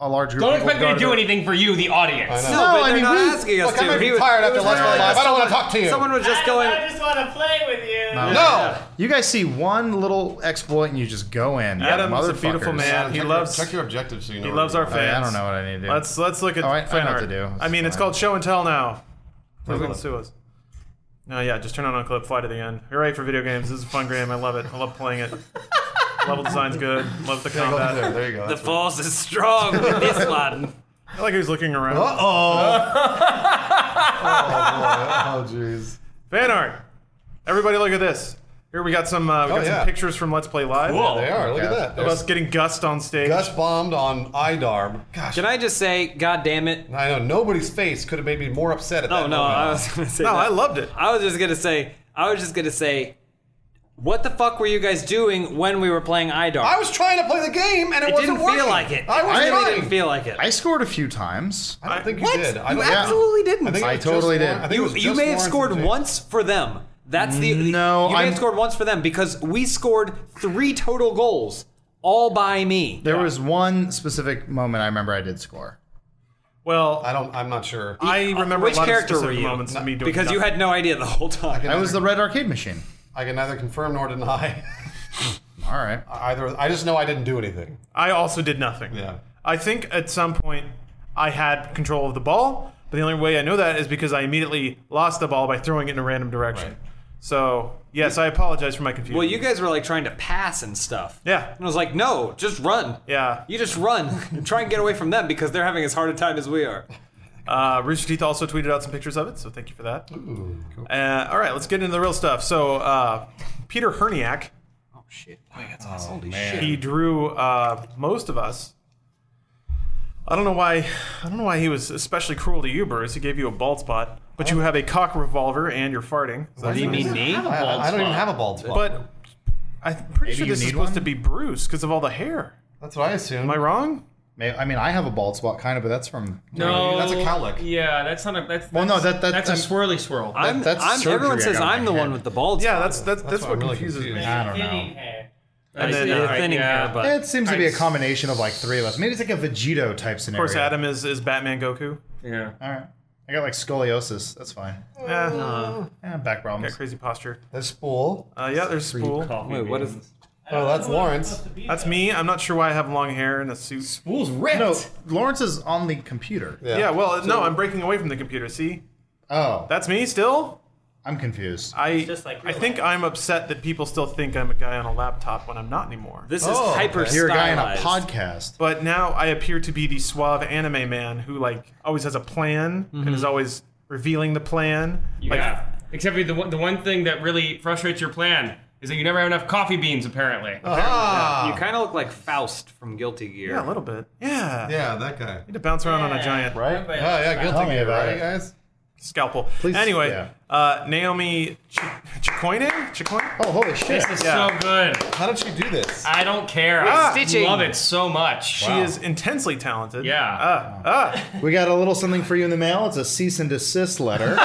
Speaker 6: a large group.
Speaker 5: Don't
Speaker 6: of people
Speaker 5: expect me to
Speaker 6: go
Speaker 5: do
Speaker 6: the-
Speaker 5: anything for you, the audience.
Speaker 2: I
Speaker 1: No,
Speaker 2: know.
Speaker 1: but
Speaker 6: I
Speaker 1: they're
Speaker 6: mean,
Speaker 1: not
Speaker 6: we-
Speaker 1: asking us
Speaker 2: Look,
Speaker 1: to.
Speaker 2: I'm
Speaker 1: He
Speaker 2: getting
Speaker 1: was-
Speaker 2: tired
Speaker 1: it
Speaker 2: after
Speaker 1: was
Speaker 2: Let's Play
Speaker 1: literally
Speaker 2: Live. I
Speaker 1: just
Speaker 2: don't want to
Speaker 1: someone-
Speaker 2: talk to you.
Speaker 1: Someone was just
Speaker 4: I-
Speaker 1: going.
Speaker 4: I just want to play with you.
Speaker 2: no.
Speaker 6: You guys see one little exploit and you just go in.
Speaker 3: Adam's a
Speaker 6: Motherfuckers.
Speaker 3: beautiful man.
Speaker 2: Adam,
Speaker 3: he
Speaker 2: check
Speaker 3: loves-
Speaker 2: your, check your objectives. So you know
Speaker 3: He
Speaker 2: where
Speaker 3: loves
Speaker 2: we
Speaker 3: our
Speaker 2: are.
Speaker 3: fans.
Speaker 6: I, I don't know what I need to do.
Speaker 3: Let's let's look at
Speaker 6: Oh, I- I
Speaker 3: fan
Speaker 6: know what
Speaker 3: art.
Speaker 6: to do.
Speaker 3: I mean, it's
Speaker 6: Fine.
Speaker 3: called show and tell now. Who's gonna sue us? No, Oh, yeah, just turn on a clip, fly to the end. Hooray for video games! This is a fun game. I love it. I love playing it. Level design's good. Love the
Speaker 2: Go
Speaker 3: combat.
Speaker 2: there, there you go.
Speaker 1: The force is strong with
Speaker 2: <laughs>
Speaker 1: this one.
Speaker 3: I like he's looking around.
Speaker 2: Uh oh. <laughs> oh boy. Oh jeez.
Speaker 3: Fan art. Everybody, look at this. Here we got some. Uh, we
Speaker 2: Oh,
Speaker 3: got
Speaker 2: yeah.
Speaker 3: some pictures from Let's Play Live.
Speaker 5: Cool.
Speaker 2: They are. Look
Speaker 6: Okay.
Speaker 2: at that.
Speaker 3: Of us
Speaker 2: There's
Speaker 3: getting Gust on stage.
Speaker 2: Gus bombed on IDARM. Gosh.
Speaker 1: Can I just say, God damn it?
Speaker 2: I know nobody's face could have made me more upset at
Speaker 1: Oh
Speaker 2: that.
Speaker 1: no,
Speaker 2: moment.
Speaker 3: Oh,
Speaker 1: I was gonna say.
Speaker 3: No,
Speaker 1: that.
Speaker 3: I loved it.
Speaker 1: I was just gonna say. I was just gonna say. What the fuck were you guys doing when we were playing IDAR?
Speaker 2: I was trying to play the game and it,
Speaker 1: it
Speaker 2: wasn't
Speaker 1: didn't
Speaker 2: working.
Speaker 1: feel like it.
Speaker 2: I was
Speaker 1: it really
Speaker 2: trying.
Speaker 1: didn't feel like it.
Speaker 6: I scored a few times.
Speaker 2: I don't think you
Speaker 1: What?
Speaker 2: did. I
Speaker 1: You
Speaker 2: don't-
Speaker 1: absolutely didn't.
Speaker 2: I, think it
Speaker 6: I
Speaker 2: was
Speaker 6: totally
Speaker 2: just
Speaker 6: did.
Speaker 2: Warren- I think it
Speaker 1: You,
Speaker 2: was
Speaker 1: you
Speaker 2: just
Speaker 1: may have
Speaker 2: Warren
Speaker 1: scored
Speaker 2: Sanchez.
Speaker 1: once for them. That's the
Speaker 6: No,
Speaker 1: You may
Speaker 6: I'm-
Speaker 1: have scored once for them because we scored three total goals, all by me.
Speaker 6: There was one specific moment I remember I did score.
Speaker 3: Well,
Speaker 2: I don't. I'm not sure.
Speaker 3: I remember
Speaker 1: Which
Speaker 3: a lot of
Speaker 1: character
Speaker 3: specific
Speaker 1: were you?
Speaker 3: moments of me doing
Speaker 1: because you
Speaker 3: nothing.
Speaker 1: had no idea the whole time.
Speaker 6: That was the red arcade machine.
Speaker 2: I can neither confirm nor deny <laughs>
Speaker 6: All right.
Speaker 2: either. I just know I didn't do anything.
Speaker 3: I also did nothing.
Speaker 2: Yeah.
Speaker 3: I think at some point I had control of the ball, but the only way I know that is because I immediately lost the ball by throwing it in a random direction.
Speaker 2: Right.
Speaker 3: So yes, I apologize for my confusion.
Speaker 1: Well, you guys were like trying to pass and stuff.
Speaker 3: Yeah.
Speaker 1: And I was like, no, just run.
Speaker 3: Yeah.
Speaker 1: You just run and try and get away from them because they're having as hard a time as we are.
Speaker 3: Uh, Rooster Teeth also tweeted out some pictures of it, so thank you for that. Uh, all right, let's get into the real stuff. So uh, Peter Herniak,
Speaker 1: Oh shit. that's awesome. Holy shit.
Speaker 3: he drew uh, most of us. I don't know why. I don't know why he was especially cruel to you, Bruce. He gave you a bald spot, but you have a cock revolver and you're farting. So
Speaker 1: What do you mean me?
Speaker 2: I, I don't even have a bald spot.
Speaker 3: But I'm pretty sure
Speaker 6: you
Speaker 3: this is
Speaker 6: need
Speaker 3: supposed
Speaker 6: one?
Speaker 3: to be Bruce because of all the hair.
Speaker 2: that's what I assume.
Speaker 3: Am I wrong?
Speaker 6: May I mean, I have a bald spot, kind of, but that's from.
Speaker 5: No,
Speaker 2: That's a cowlick.
Speaker 5: Yeah, that's not a. That's, that's
Speaker 6: Well, no, that- that-
Speaker 5: that's
Speaker 6: I'm-
Speaker 5: a swirly swirl.
Speaker 1: I'm,
Speaker 6: that's
Speaker 1: I'm-
Speaker 6: surgery
Speaker 1: everyone
Speaker 6: I
Speaker 1: says
Speaker 6: got on
Speaker 1: I'm
Speaker 6: my
Speaker 1: the
Speaker 6: head.
Speaker 1: one with the bald
Speaker 3: Yeah,
Speaker 1: spot.
Speaker 3: that's that's that's,
Speaker 2: why
Speaker 3: what
Speaker 2: I'm really
Speaker 3: confuses me.
Speaker 2: confused.
Speaker 6: I don't
Speaker 4: Thinning
Speaker 6: know.
Speaker 4: hair.
Speaker 1: and then,
Speaker 5: Yeah,
Speaker 1: uh,
Speaker 5: right,
Speaker 1: thinning
Speaker 5: yeah.
Speaker 1: hair, but
Speaker 6: It seems to be a
Speaker 5: Nice.
Speaker 6: combination of like three of us. Maybe it's like a Vegito type
Speaker 3: Of
Speaker 6: scenario.
Speaker 3: course, Adam is is Batman Goku.
Speaker 5: yeah.
Speaker 6: All right. I got like scoliosis. That's fine.
Speaker 3: Yeah,
Speaker 1: Oh.
Speaker 6: Yeah, back
Speaker 3: got
Speaker 6: problems.
Speaker 3: crazy posture.
Speaker 2: That's Spool.
Speaker 3: Uh, yeah, there's spool.
Speaker 1: wait, what is?
Speaker 2: Oh, that's Lawrence.
Speaker 3: That's me. I'm not sure why I have long hair and a suit.
Speaker 5: Spool's ripped.
Speaker 6: No, Lawrence is on the computer.
Speaker 3: Yeah, well, no, I'm breaking away from the computer. See,
Speaker 6: Oh,
Speaker 3: that's me still.
Speaker 6: I'm confused.
Speaker 3: I
Speaker 4: just like
Speaker 3: I
Speaker 4: real
Speaker 3: think I'm upset that people still think I'm a guy on a laptop when I'm not anymore.
Speaker 1: This is
Speaker 2: Oh, okay.
Speaker 1: hyper
Speaker 6: You're a guy on a
Speaker 1: stylized.
Speaker 6: podcast.
Speaker 3: But now I appear to be the suave anime man who like always has a plan and is always revealing the plan. Like,
Speaker 5: yeah. Except for the one, the one thing that really frustrates your plan is that you never have enough coffee beans. Apparently.
Speaker 2: Ah.
Speaker 1: You kind of look like Faust from Guilty Gear.
Speaker 3: Yeah, a little bit. Yeah.
Speaker 2: yeah, that guy.
Speaker 3: Need to bounce around on a
Speaker 4: Yeah.
Speaker 3: giant
Speaker 2: Right? Oh,
Speaker 4: Everybody
Speaker 6: Ah,
Speaker 2: yeah,
Speaker 4: likes
Speaker 2: guilty
Speaker 6: Tell me
Speaker 2: gear,
Speaker 6: about
Speaker 2: right,
Speaker 6: it.
Speaker 2: guys?
Speaker 3: scalpel.
Speaker 6: Please-
Speaker 3: anyway,
Speaker 6: yeah.
Speaker 3: uh, Naomi Ch- Chicoine? Chicoine?
Speaker 6: Oh, holy shit.
Speaker 5: This is
Speaker 3: Yeah.
Speaker 5: so good.
Speaker 2: How did you do this?
Speaker 5: I don't care.
Speaker 1: Ah.
Speaker 5: I
Speaker 1: Stitching.
Speaker 5: love it so much.
Speaker 3: She is intensely talented.
Speaker 5: Yeah.
Speaker 3: Uh, uh,
Speaker 6: We got a little something for you in the mail. It's a cease and desist letter.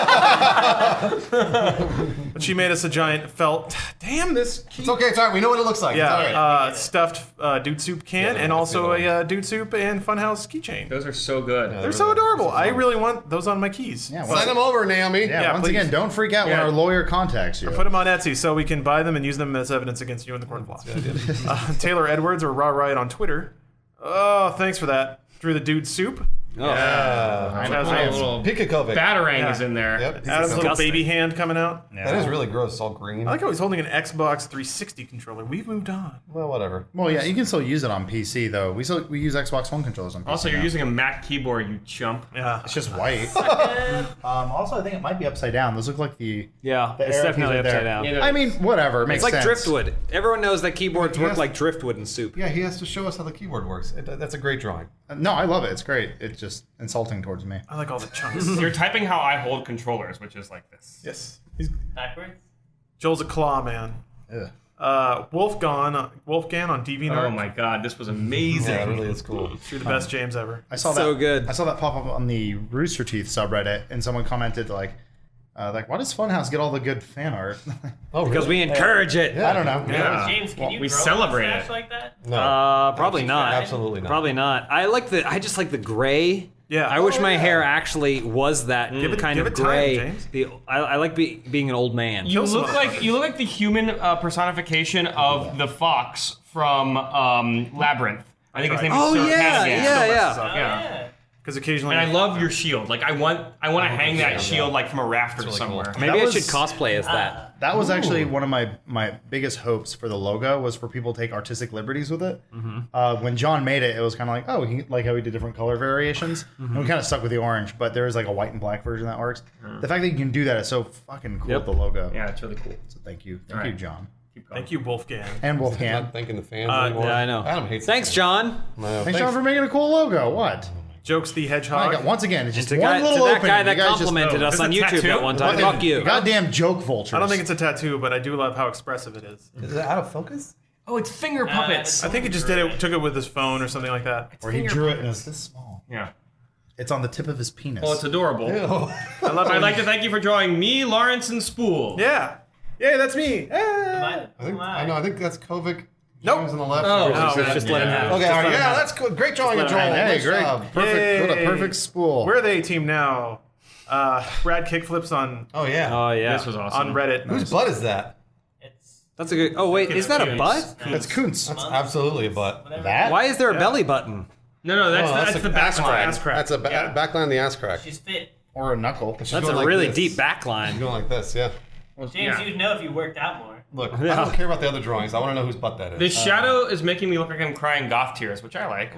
Speaker 3: but she made us a giant felt. Damn this.
Speaker 2: It's okay. It's all right. We know what it looks like.
Speaker 3: Yeah.
Speaker 2: It's all right.
Speaker 3: Uh, stuffed uh, dude soup can
Speaker 2: Yeah,
Speaker 3: and
Speaker 2: I
Speaker 3: also
Speaker 2: see
Speaker 3: a
Speaker 2: that
Speaker 3: uh, dude soup and funhouse keychain.
Speaker 5: Those are so good.
Speaker 2: Oh,
Speaker 3: They're so adorable. I really want those on my keys.
Speaker 6: Yeah,
Speaker 2: Sign
Speaker 6: once,
Speaker 2: them over, Naomi.
Speaker 6: yeah,
Speaker 3: yeah,
Speaker 6: once
Speaker 3: please.
Speaker 6: again, don't freak out when
Speaker 5: Yeah.
Speaker 6: our lawyer contacts you.
Speaker 3: Put them on Etsy so we can buy them and use them as evidence against you in the court of law. <laughs> Uh, Taylor Edwards or Raw Riot on Twitter. Oh, thanks for that. Drew the dude soup.
Speaker 1: Oh.
Speaker 2: Uh,
Speaker 6: I'm-
Speaker 5: Has
Speaker 6: I
Speaker 5: a
Speaker 6: am-
Speaker 5: little
Speaker 2: Pikakovic.
Speaker 5: batarang
Speaker 3: Yeah.
Speaker 5: is in there.
Speaker 2: Yep.
Speaker 3: Adam's little
Speaker 1: disgusting.
Speaker 3: baby hand coming out.
Speaker 2: That is really gross. It's all green.
Speaker 3: I like how he's holding an Xbox 360 controller. We've moved on.
Speaker 2: well, whatever.
Speaker 6: Well, yeah, you can still use it on PC though. We still we use Xbox One controllers on PC.
Speaker 5: Also, you're
Speaker 6: now.
Speaker 5: using a Mac keyboard, you chump.
Speaker 3: Yeah.
Speaker 6: it's just white. um, also, I think it might be upside down. Those look like the.
Speaker 1: Yeah,
Speaker 6: The
Speaker 1: it's
Speaker 6: arrow
Speaker 1: definitely
Speaker 6: keys are there.
Speaker 1: upside down.
Speaker 5: Yeah,
Speaker 1: It's
Speaker 5: they're-
Speaker 6: I mean, whatever. It makes
Speaker 1: like
Speaker 6: sense.
Speaker 1: driftwood. Everyone knows that keyboards work
Speaker 2: Yes.
Speaker 1: like driftwood in soup.
Speaker 2: Yeah, he has to show us how the keyboard works. It, that's a great drawing.
Speaker 6: No, I love it. It's great. It's just insulting towards me.
Speaker 3: I like all the chunks.
Speaker 5: You're typing how I hold controllers, which is like this.
Speaker 3: yes.
Speaker 4: Backwards.
Speaker 3: Joel's a claw man.
Speaker 6: Ugh.
Speaker 3: Uh, Wolfgang, Wolfgang on DeviantArt.
Speaker 5: Oh my god, this was amazing.
Speaker 2: Yeah, it really is cool.
Speaker 3: You're the best James ever.
Speaker 6: I saw
Speaker 1: So
Speaker 6: that.
Speaker 1: good.
Speaker 6: I saw that pop up on the Rooster Teeth subreddit, and someone commented like, uh, "Like, why does Funhouse get all the good fan art?" <laughs>
Speaker 2: Oh,
Speaker 1: Because we encourage it.
Speaker 6: I don't know.
Speaker 3: Uh,
Speaker 5: Yeah.
Speaker 4: James, can
Speaker 5: Well,
Speaker 4: you
Speaker 5: we
Speaker 4: grow a
Speaker 5: celebrate
Speaker 4: mustache
Speaker 5: it.
Speaker 4: like that?
Speaker 2: No.
Speaker 1: Uh, probably not.
Speaker 2: Absolutely not.
Speaker 1: Probably not. I like the. I just like the gray.
Speaker 3: Yeah.
Speaker 1: I wish
Speaker 3: Oh,
Speaker 1: my
Speaker 2: yeah.
Speaker 1: hair actually was that
Speaker 3: it-
Speaker 1: kind
Speaker 3: give
Speaker 1: of
Speaker 3: it time,
Speaker 1: gray.
Speaker 3: James.
Speaker 1: the I, I like be, being an old man.
Speaker 5: You
Speaker 3: Those
Speaker 5: look
Speaker 3: motherfuckers.
Speaker 5: like you look like the human uh, personification of the fox from um, Labyrinth. I think his name is
Speaker 1: oh
Speaker 5: Sir
Speaker 1: yeah,
Speaker 5: Cadigan.
Speaker 1: yeah, yeah.
Speaker 4: Oh,
Speaker 5: Yeah.
Speaker 4: yeah.
Speaker 3: Because occasionally.
Speaker 5: And I love your shield. Like I want I want to hang that
Speaker 2: yeah.
Speaker 5: shield like from a raft or
Speaker 2: really cool.
Speaker 5: somewhere.
Speaker 1: Maybe
Speaker 6: That
Speaker 1: I should
Speaker 6: was-
Speaker 1: cosplay as that.
Speaker 6: That was actually one of my my biggest hopes for the logo was for people to take artistic liberties with it.
Speaker 1: Mm-hmm.
Speaker 6: Uh, when John made it, it was kind of like oh, he, like how he did different color variations.
Speaker 1: Mm-hmm.
Speaker 6: And we kind of stuck with the orange, but there is like a white and black version that works. The fact that you can do that is so fucking cool
Speaker 1: Yep.
Speaker 6: with the logo.
Speaker 5: Yeah, it's really cool.
Speaker 6: So thank you, thank you,
Speaker 5: right.
Speaker 6: John
Speaker 5: Keep going.
Speaker 3: Thank you, Wolfgang.
Speaker 6: and
Speaker 2: I'm
Speaker 6: Wolfgang.
Speaker 2: not thanking the fans
Speaker 3: Uh,
Speaker 6: Ah.
Speaker 2: anymore.
Speaker 1: yeah, I know.
Speaker 2: Adam hates.
Speaker 1: Thanks,
Speaker 2: the fans.
Speaker 1: John.
Speaker 2: No,
Speaker 6: Thanks, John, for making a cool logo. What?
Speaker 3: Jokes the Hedgehog.
Speaker 6: I got, once again, it's just
Speaker 1: To,
Speaker 6: one
Speaker 1: guy, to
Speaker 6: little
Speaker 1: that
Speaker 6: opening.
Speaker 1: guy that
Speaker 6: You guys just-
Speaker 1: complimented
Speaker 3: know.
Speaker 1: us
Speaker 3: Is
Speaker 1: on
Speaker 3: it
Speaker 1: YouTube
Speaker 3: tattoo?
Speaker 1: at one time.
Speaker 3: Fucking
Speaker 1: Fuck you.
Speaker 6: Goddamn joke vultures.
Speaker 3: I don't think it's a tattoo, but I do love how expressive it is.
Speaker 2: Is it out of focus?
Speaker 5: Oh, it's finger puppets.
Speaker 4: Uh,
Speaker 3: I think he just did it, took it with his phone or something like that.
Speaker 6: Or he drew it and it was this small.
Speaker 5: yeah.
Speaker 6: It's on the tip of his penis.
Speaker 5: Well, Oh, it's adorable.
Speaker 2: <laughs>
Speaker 3: I love
Speaker 5: I'd
Speaker 3: it.
Speaker 5: like to thank you for drawing me, Lawrence, and Spool.
Speaker 3: yeah. Yeah, that's me. Ah.
Speaker 4: Mine-
Speaker 2: I think,
Speaker 4: mine.
Speaker 2: I know. I think that's Kovic.
Speaker 3: Nope.
Speaker 2: James on the left.
Speaker 5: Oh,
Speaker 2: James on the
Speaker 3: no,
Speaker 2: right.
Speaker 1: Just let him have it.
Speaker 2: Okay,
Speaker 1: Just
Speaker 2: all right,
Speaker 1: let him
Speaker 2: yeah,
Speaker 1: have it.
Speaker 2: that's cool. Great drawing
Speaker 1: let
Speaker 2: and
Speaker 1: him
Speaker 2: drawing.
Speaker 1: have
Speaker 6: hey,
Speaker 2: Nice
Speaker 6: great.
Speaker 2: job.
Speaker 6: Perfect. What
Speaker 3: Yay.
Speaker 6: a perfect spool.
Speaker 3: We're the A team now. Uh, Brad kickflips on
Speaker 2: Oh yeah.
Speaker 1: Oh yeah,
Speaker 5: This was awesome.
Speaker 3: on Reddit.
Speaker 2: Whose butt is that?
Speaker 4: It's
Speaker 1: that's a good. Oh wait, is that a butt?
Speaker 6: That's Kuntz.
Speaker 2: That's absolutely a butt.
Speaker 4: whatever.
Speaker 6: That?
Speaker 1: Why is there a belly button?
Speaker 5: No, no, that's,
Speaker 2: Oh,
Speaker 5: that's,
Speaker 2: a
Speaker 5: the back
Speaker 2: ass
Speaker 5: line.
Speaker 2: crack.
Speaker 3: Ass crack.
Speaker 2: That's a ba-
Speaker 5: Yeah.
Speaker 2: back line of the ass crack.
Speaker 4: She's fit.
Speaker 6: Or a knuckle.
Speaker 2: She's
Speaker 1: That's
Speaker 2: going
Speaker 1: a
Speaker 2: like
Speaker 1: really
Speaker 2: this.
Speaker 1: deep back
Speaker 2: She's
Speaker 1: line.
Speaker 2: going like this, yeah.
Speaker 4: James,
Speaker 5: Yeah.
Speaker 4: you'd know if you worked out more.
Speaker 2: Look, I
Speaker 1: Yeah.
Speaker 2: don't care about the other drawings. I want to know whose butt that is.
Speaker 5: The shadow is making me look like I'm crying goth tears, which I like.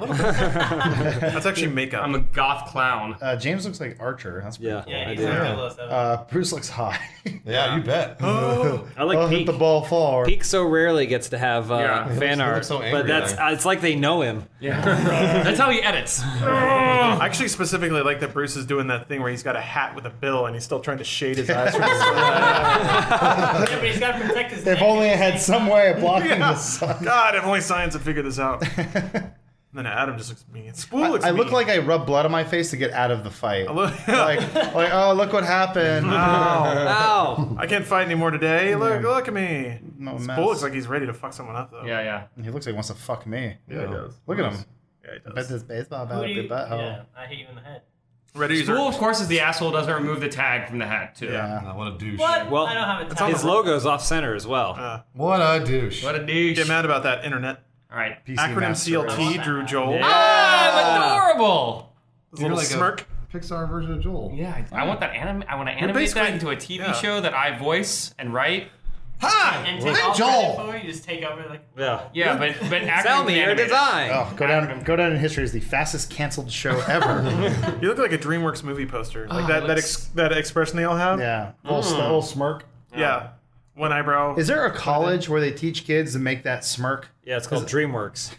Speaker 3: That's actually makeup.
Speaker 5: I'm a goth clown.
Speaker 6: Uh, James looks like Archer. That's pretty
Speaker 1: Yeah,
Speaker 6: cool.
Speaker 4: Yeah,
Speaker 1: I
Speaker 4: he's
Speaker 1: do.
Speaker 2: Yeah.
Speaker 4: a 007. <laughs>
Speaker 6: Uh, Bruce looks high. <laughs>
Speaker 2: yeah, you bet. Oh,
Speaker 1: I like
Speaker 6: oh,
Speaker 1: Peak.
Speaker 6: hit the ball far.
Speaker 1: Peak so rarely gets to have uh,
Speaker 5: Yeah. He
Speaker 1: fan
Speaker 2: looks- he
Speaker 1: art,
Speaker 2: looks so angry
Speaker 1: but that's
Speaker 2: there.
Speaker 1: uh, it's like they know <laughs> him.
Speaker 5: <laughs> That's how he <laughs> edits.
Speaker 3: I actually specifically like that Bruce is doing that thing where he's got a hat with a bill and he's still trying to shade
Speaker 6: <laughs>
Speaker 3: his eyes. From the sun.
Speaker 4: yeah, but he's got to protect his.
Speaker 6: If only I had some way of blocking
Speaker 3: Yeah. <laughs>
Speaker 6: the sun.
Speaker 3: God, if only science had figured this
Speaker 6: <laughs>
Speaker 3: out. and then Adam just looks mean. Spool looks
Speaker 6: I look
Speaker 3: mean.
Speaker 6: like I rub blood on my face to get out of the fight.
Speaker 3: <laughs> look-
Speaker 6: like, like, oh, look what happened.
Speaker 1: Ow!
Speaker 3: I can't fight anymore today. Look, look at me.
Speaker 6: No mess.
Speaker 3: Spool looks like he's ready to fuck someone up though.
Speaker 5: Yeah, yeah.
Speaker 6: He looks like he wants to fuck me.
Speaker 3: yeah, he does.
Speaker 6: Look at him.
Speaker 3: Yeah, he
Speaker 6: Bet
Speaker 3: does.
Speaker 6: this baseball bat
Speaker 4: Who
Speaker 6: up
Speaker 4: do
Speaker 6: your
Speaker 4: you, yeah,
Speaker 6: butthole.
Speaker 4: I hit you in the head.
Speaker 3: Red user.
Speaker 5: Spool, of course, is the asshole who doesn't remove the tag from the hat, too.
Speaker 3: Yeah.
Speaker 2: Ah, what a douche.
Speaker 4: What?
Speaker 1: Well,
Speaker 4: I don't have a
Speaker 3: on
Speaker 4: towel.
Speaker 1: His logo's off center as well.
Speaker 2: What a douche.
Speaker 5: What a douche.
Speaker 3: Get mad about that internet.
Speaker 5: All right.
Speaker 6: PC
Speaker 3: Acronym
Speaker 6: Master Race.
Speaker 3: CLT. Drew Joel.
Speaker 1: Uh,
Speaker 5: Ah, I'm adorable.
Speaker 3: His
Speaker 2: You're
Speaker 3: little
Speaker 2: like a
Speaker 3: smirk.
Speaker 2: Pixar version of Joel.
Speaker 5: Yeah, I, I want that anime. I want to animate that
Speaker 3: basically-
Speaker 5: into a TV
Speaker 3: yeah.
Speaker 5: show that I voice and write.
Speaker 2: Hi,
Speaker 4: and take
Speaker 2: I'm
Speaker 4: all
Speaker 2: Joel.
Speaker 4: credit for it, you just take over like.
Speaker 1: Yeah.
Speaker 5: Yeah, but but acronym
Speaker 1: Tell me your
Speaker 5: animated.
Speaker 1: design.
Speaker 6: Oh, go down, go down in history as the fastest canceled show ever.
Speaker 3: You look like a DreamWorks movie poster. Like
Speaker 5: Ah,
Speaker 3: that,
Speaker 5: it
Speaker 3: that,
Speaker 5: looks-
Speaker 3: ex- that expression they all have.
Speaker 6: yeah, little, s- little smirk.
Speaker 3: Yeah. One eyebrow.
Speaker 6: Is there a college where they teach kids to make that smirk?
Speaker 1: Yeah, it's called DreamWorks.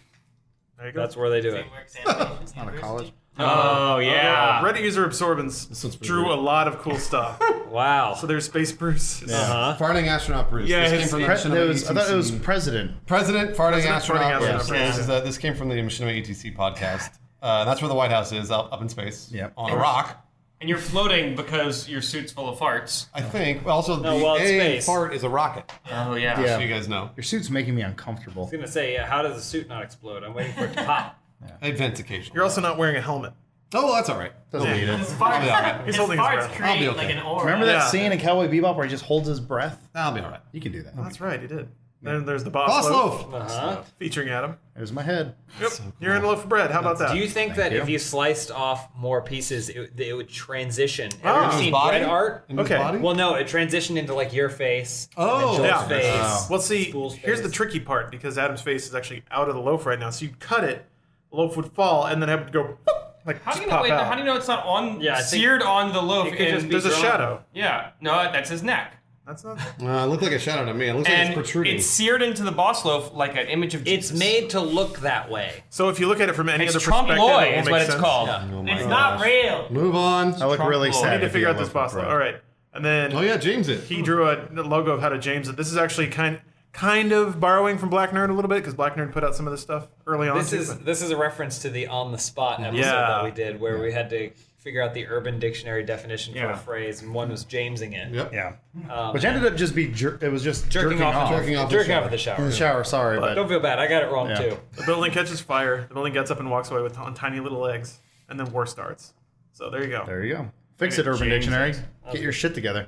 Speaker 3: there you go.
Speaker 1: That's where they do it.
Speaker 4: DreamWorks Animations
Speaker 6: Not a
Speaker 4: University.
Speaker 6: college.
Speaker 5: Oh yeah.
Speaker 3: Reddit Uh, user absorbance drew a lot of cool stuff.
Speaker 1: Wow.
Speaker 3: so there's Space Bruce.
Speaker 1: Uh-huh.
Speaker 2: Farting astronaut Bruce.
Speaker 5: Yeah,
Speaker 2: this came
Speaker 5: his-
Speaker 2: from E the
Speaker 6: Pre-
Speaker 2: Machinima
Speaker 6: it was- I thought it was
Speaker 2: ETC.
Speaker 6: president.
Speaker 2: President farting
Speaker 3: President
Speaker 2: astronaut.
Speaker 3: farting astronaut
Speaker 2: Bruce.
Speaker 3: Bruce.
Speaker 2: This, is, uh, this came from the Machinima ETC podcast. Uh, that's where the White House is, up, up in space,
Speaker 6: Yep.
Speaker 2: on a rock.
Speaker 5: And you're floating because your suit's full of farts.
Speaker 2: I think. Well, Also, the
Speaker 1: well,
Speaker 2: A
Speaker 1: it's space.
Speaker 2: fart is a rocket.
Speaker 5: Oh yeah.
Speaker 6: Yeah.
Speaker 2: So you guys know.
Speaker 6: Your suit's making me uncomfortable.
Speaker 1: I was gonna say, yeah, how does the suit not explode? I'm waiting for it to pop.
Speaker 2: It vents occasionally.
Speaker 3: You're also not wearing a helmet.
Speaker 2: oh, well, that's all right.
Speaker 6: Doesn't need it.
Speaker 4: His <laughs>
Speaker 2: I'll be all right.
Speaker 4: farts, his
Speaker 3: holding his
Speaker 4: farts
Speaker 3: breath.
Speaker 2: I'll be
Speaker 4: create
Speaker 2: okay.
Speaker 4: like an aura.
Speaker 6: Remember that
Speaker 3: Yeah.
Speaker 6: scene in Cowboy Bebop where he just holds his breath?
Speaker 2: I'll be all right.
Speaker 6: You can do that.
Speaker 3: That's right, he did. Then there's the boss,
Speaker 2: Boss
Speaker 3: loaf,
Speaker 2: loaf.
Speaker 1: <laughs> Uh-huh.
Speaker 3: featuring Adam.
Speaker 6: There's my head.
Speaker 3: Yep. You're in a loaf of bread. How about that?
Speaker 1: Do you think that
Speaker 6: you.
Speaker 1: if you sliced off more pieces, it, it would transition?
Speaker 3: Oh.
Speaker 1: Have you
Speaker 2: His
Speaker 1: seen
Speaker 2: body?
Speaker 1: bread art?
Speaker 2: Into his
Speaker 3: Okay.
Speaker 2: body?
Speaker 1: Well, no, it transitioned into like your face.
Speaker 2: Oh,
Speaker 1: and then
Speaker 3: yeah.
Speaker 1: Joel's face.
Speaker 6: Wow.
Speaker 3: Well, see,
Speaker 1: Spool's
Speaker 3: here's the
Speaker 1: face.
Speaker 3: tricky part because Adam's face is actually out of the loaf right now. So you'd cut it, the loaf would fall, and then it would go boop, like
Speaker 5: How do
Speaker 3: just
Speaker 5: you know?
Speaker 3: pop
Speaker 5: Wait,
Speaker 3: out.
Speaker 5: how do you know it's not on?
Speaker 1: Yeah, I think-
Speaker 5: seared on the loaf.
Speaker 1: It could
Speaker 5: and-
Speaker 1: just be
Speaker 3: There's a
Speaker 1: Drawn.
Speaker 3: shadow.
Speaker 5: Yeah. No, that's his neck.
Speaker 2: <laughs>
Speaker 3: That's not.
Speaker 2: Uh, it looked like a shadow to me. It looks like it's
Speaker 5: and
Speaker 2: protruding.
Speaker 5: it's seared into the boss loaf like an image of
Speaker 1: It's
Speaker 5: Jesus.
Speaker 1: made to look that way.
Speaker 3: So if you look at it from any
Speaker 5: It's
Speaker 3: other
Speaker 5: Trump
Speaker 3: perspective, it
Speaker 5: Loy
Speaker 3: won't
Speaker 5: is
Speaker 3: make
Speaker 5: what it's
Speaker 3: sense.
Speaker 5: called.
Speaker 2: Oh my
Speaker 4: It's not
Speaker 2: gosh.
Speaker 4: real.
Speaker 2: Move on.
Speaker 6: I look
Speaker 5: Trump
Speaker 6: really
Speaker 5: law.
Speaker 6: sad.
Speaker 5: We
Speaker 3: I need to
Speaker 6: if
Speaker 3: figure
Speaker 6: you
Speaker 3: out this
Speaker 6: look
Speaker 3: boss.
Speaker 6: right.
Speaker 3: All right, and then
Speaker 2: Oh yeah, James it.
Speaker 3: he drew a the logo of how to James it. This is actually kind kind of borrowing from Black Nerd a little bit because Black Nerd put out some of this stuff early on.
Speaker 1: This
Speaker 3: too,
Speaker 1: is
Speaker 3: but-
Speaker 1: this is a reference to the on the spot episode
Speaker 3: Yeah.
Speaker 1: that we did where we had to figure out the Urban Dictionary definition for
Speaker 5: Yeah.
Speaker 1: a phrase, and one was Jamesing it.
Speaker 2: Yep.
Speaker 6: Yeah.
Speaker 4: Um,
Speaker 6: Which ended up just be jer- it was just
Speaker 1: Jerking, off, in-
Speaker 2: Jerking off in the
Speaker 1: jerking off in
Speaker 2: shower.
Speaker 1: the
Speaker 6: in
Speaker 1: shower.
Speaker 6: the shower. Sorry, but,
Speaker 1: Don't feel bad. I got it wrong
Speaker 6: Yeah.
Speaker 1: too.
Speaker 3: the building catches fire. The building gets up and walks away with on tiny little legs, and then war starts. So there you go.
Speaker 6: there you go. Fix it, Urban
Speaker 5: James
Speaker 6: Dictionary. Get your shit together.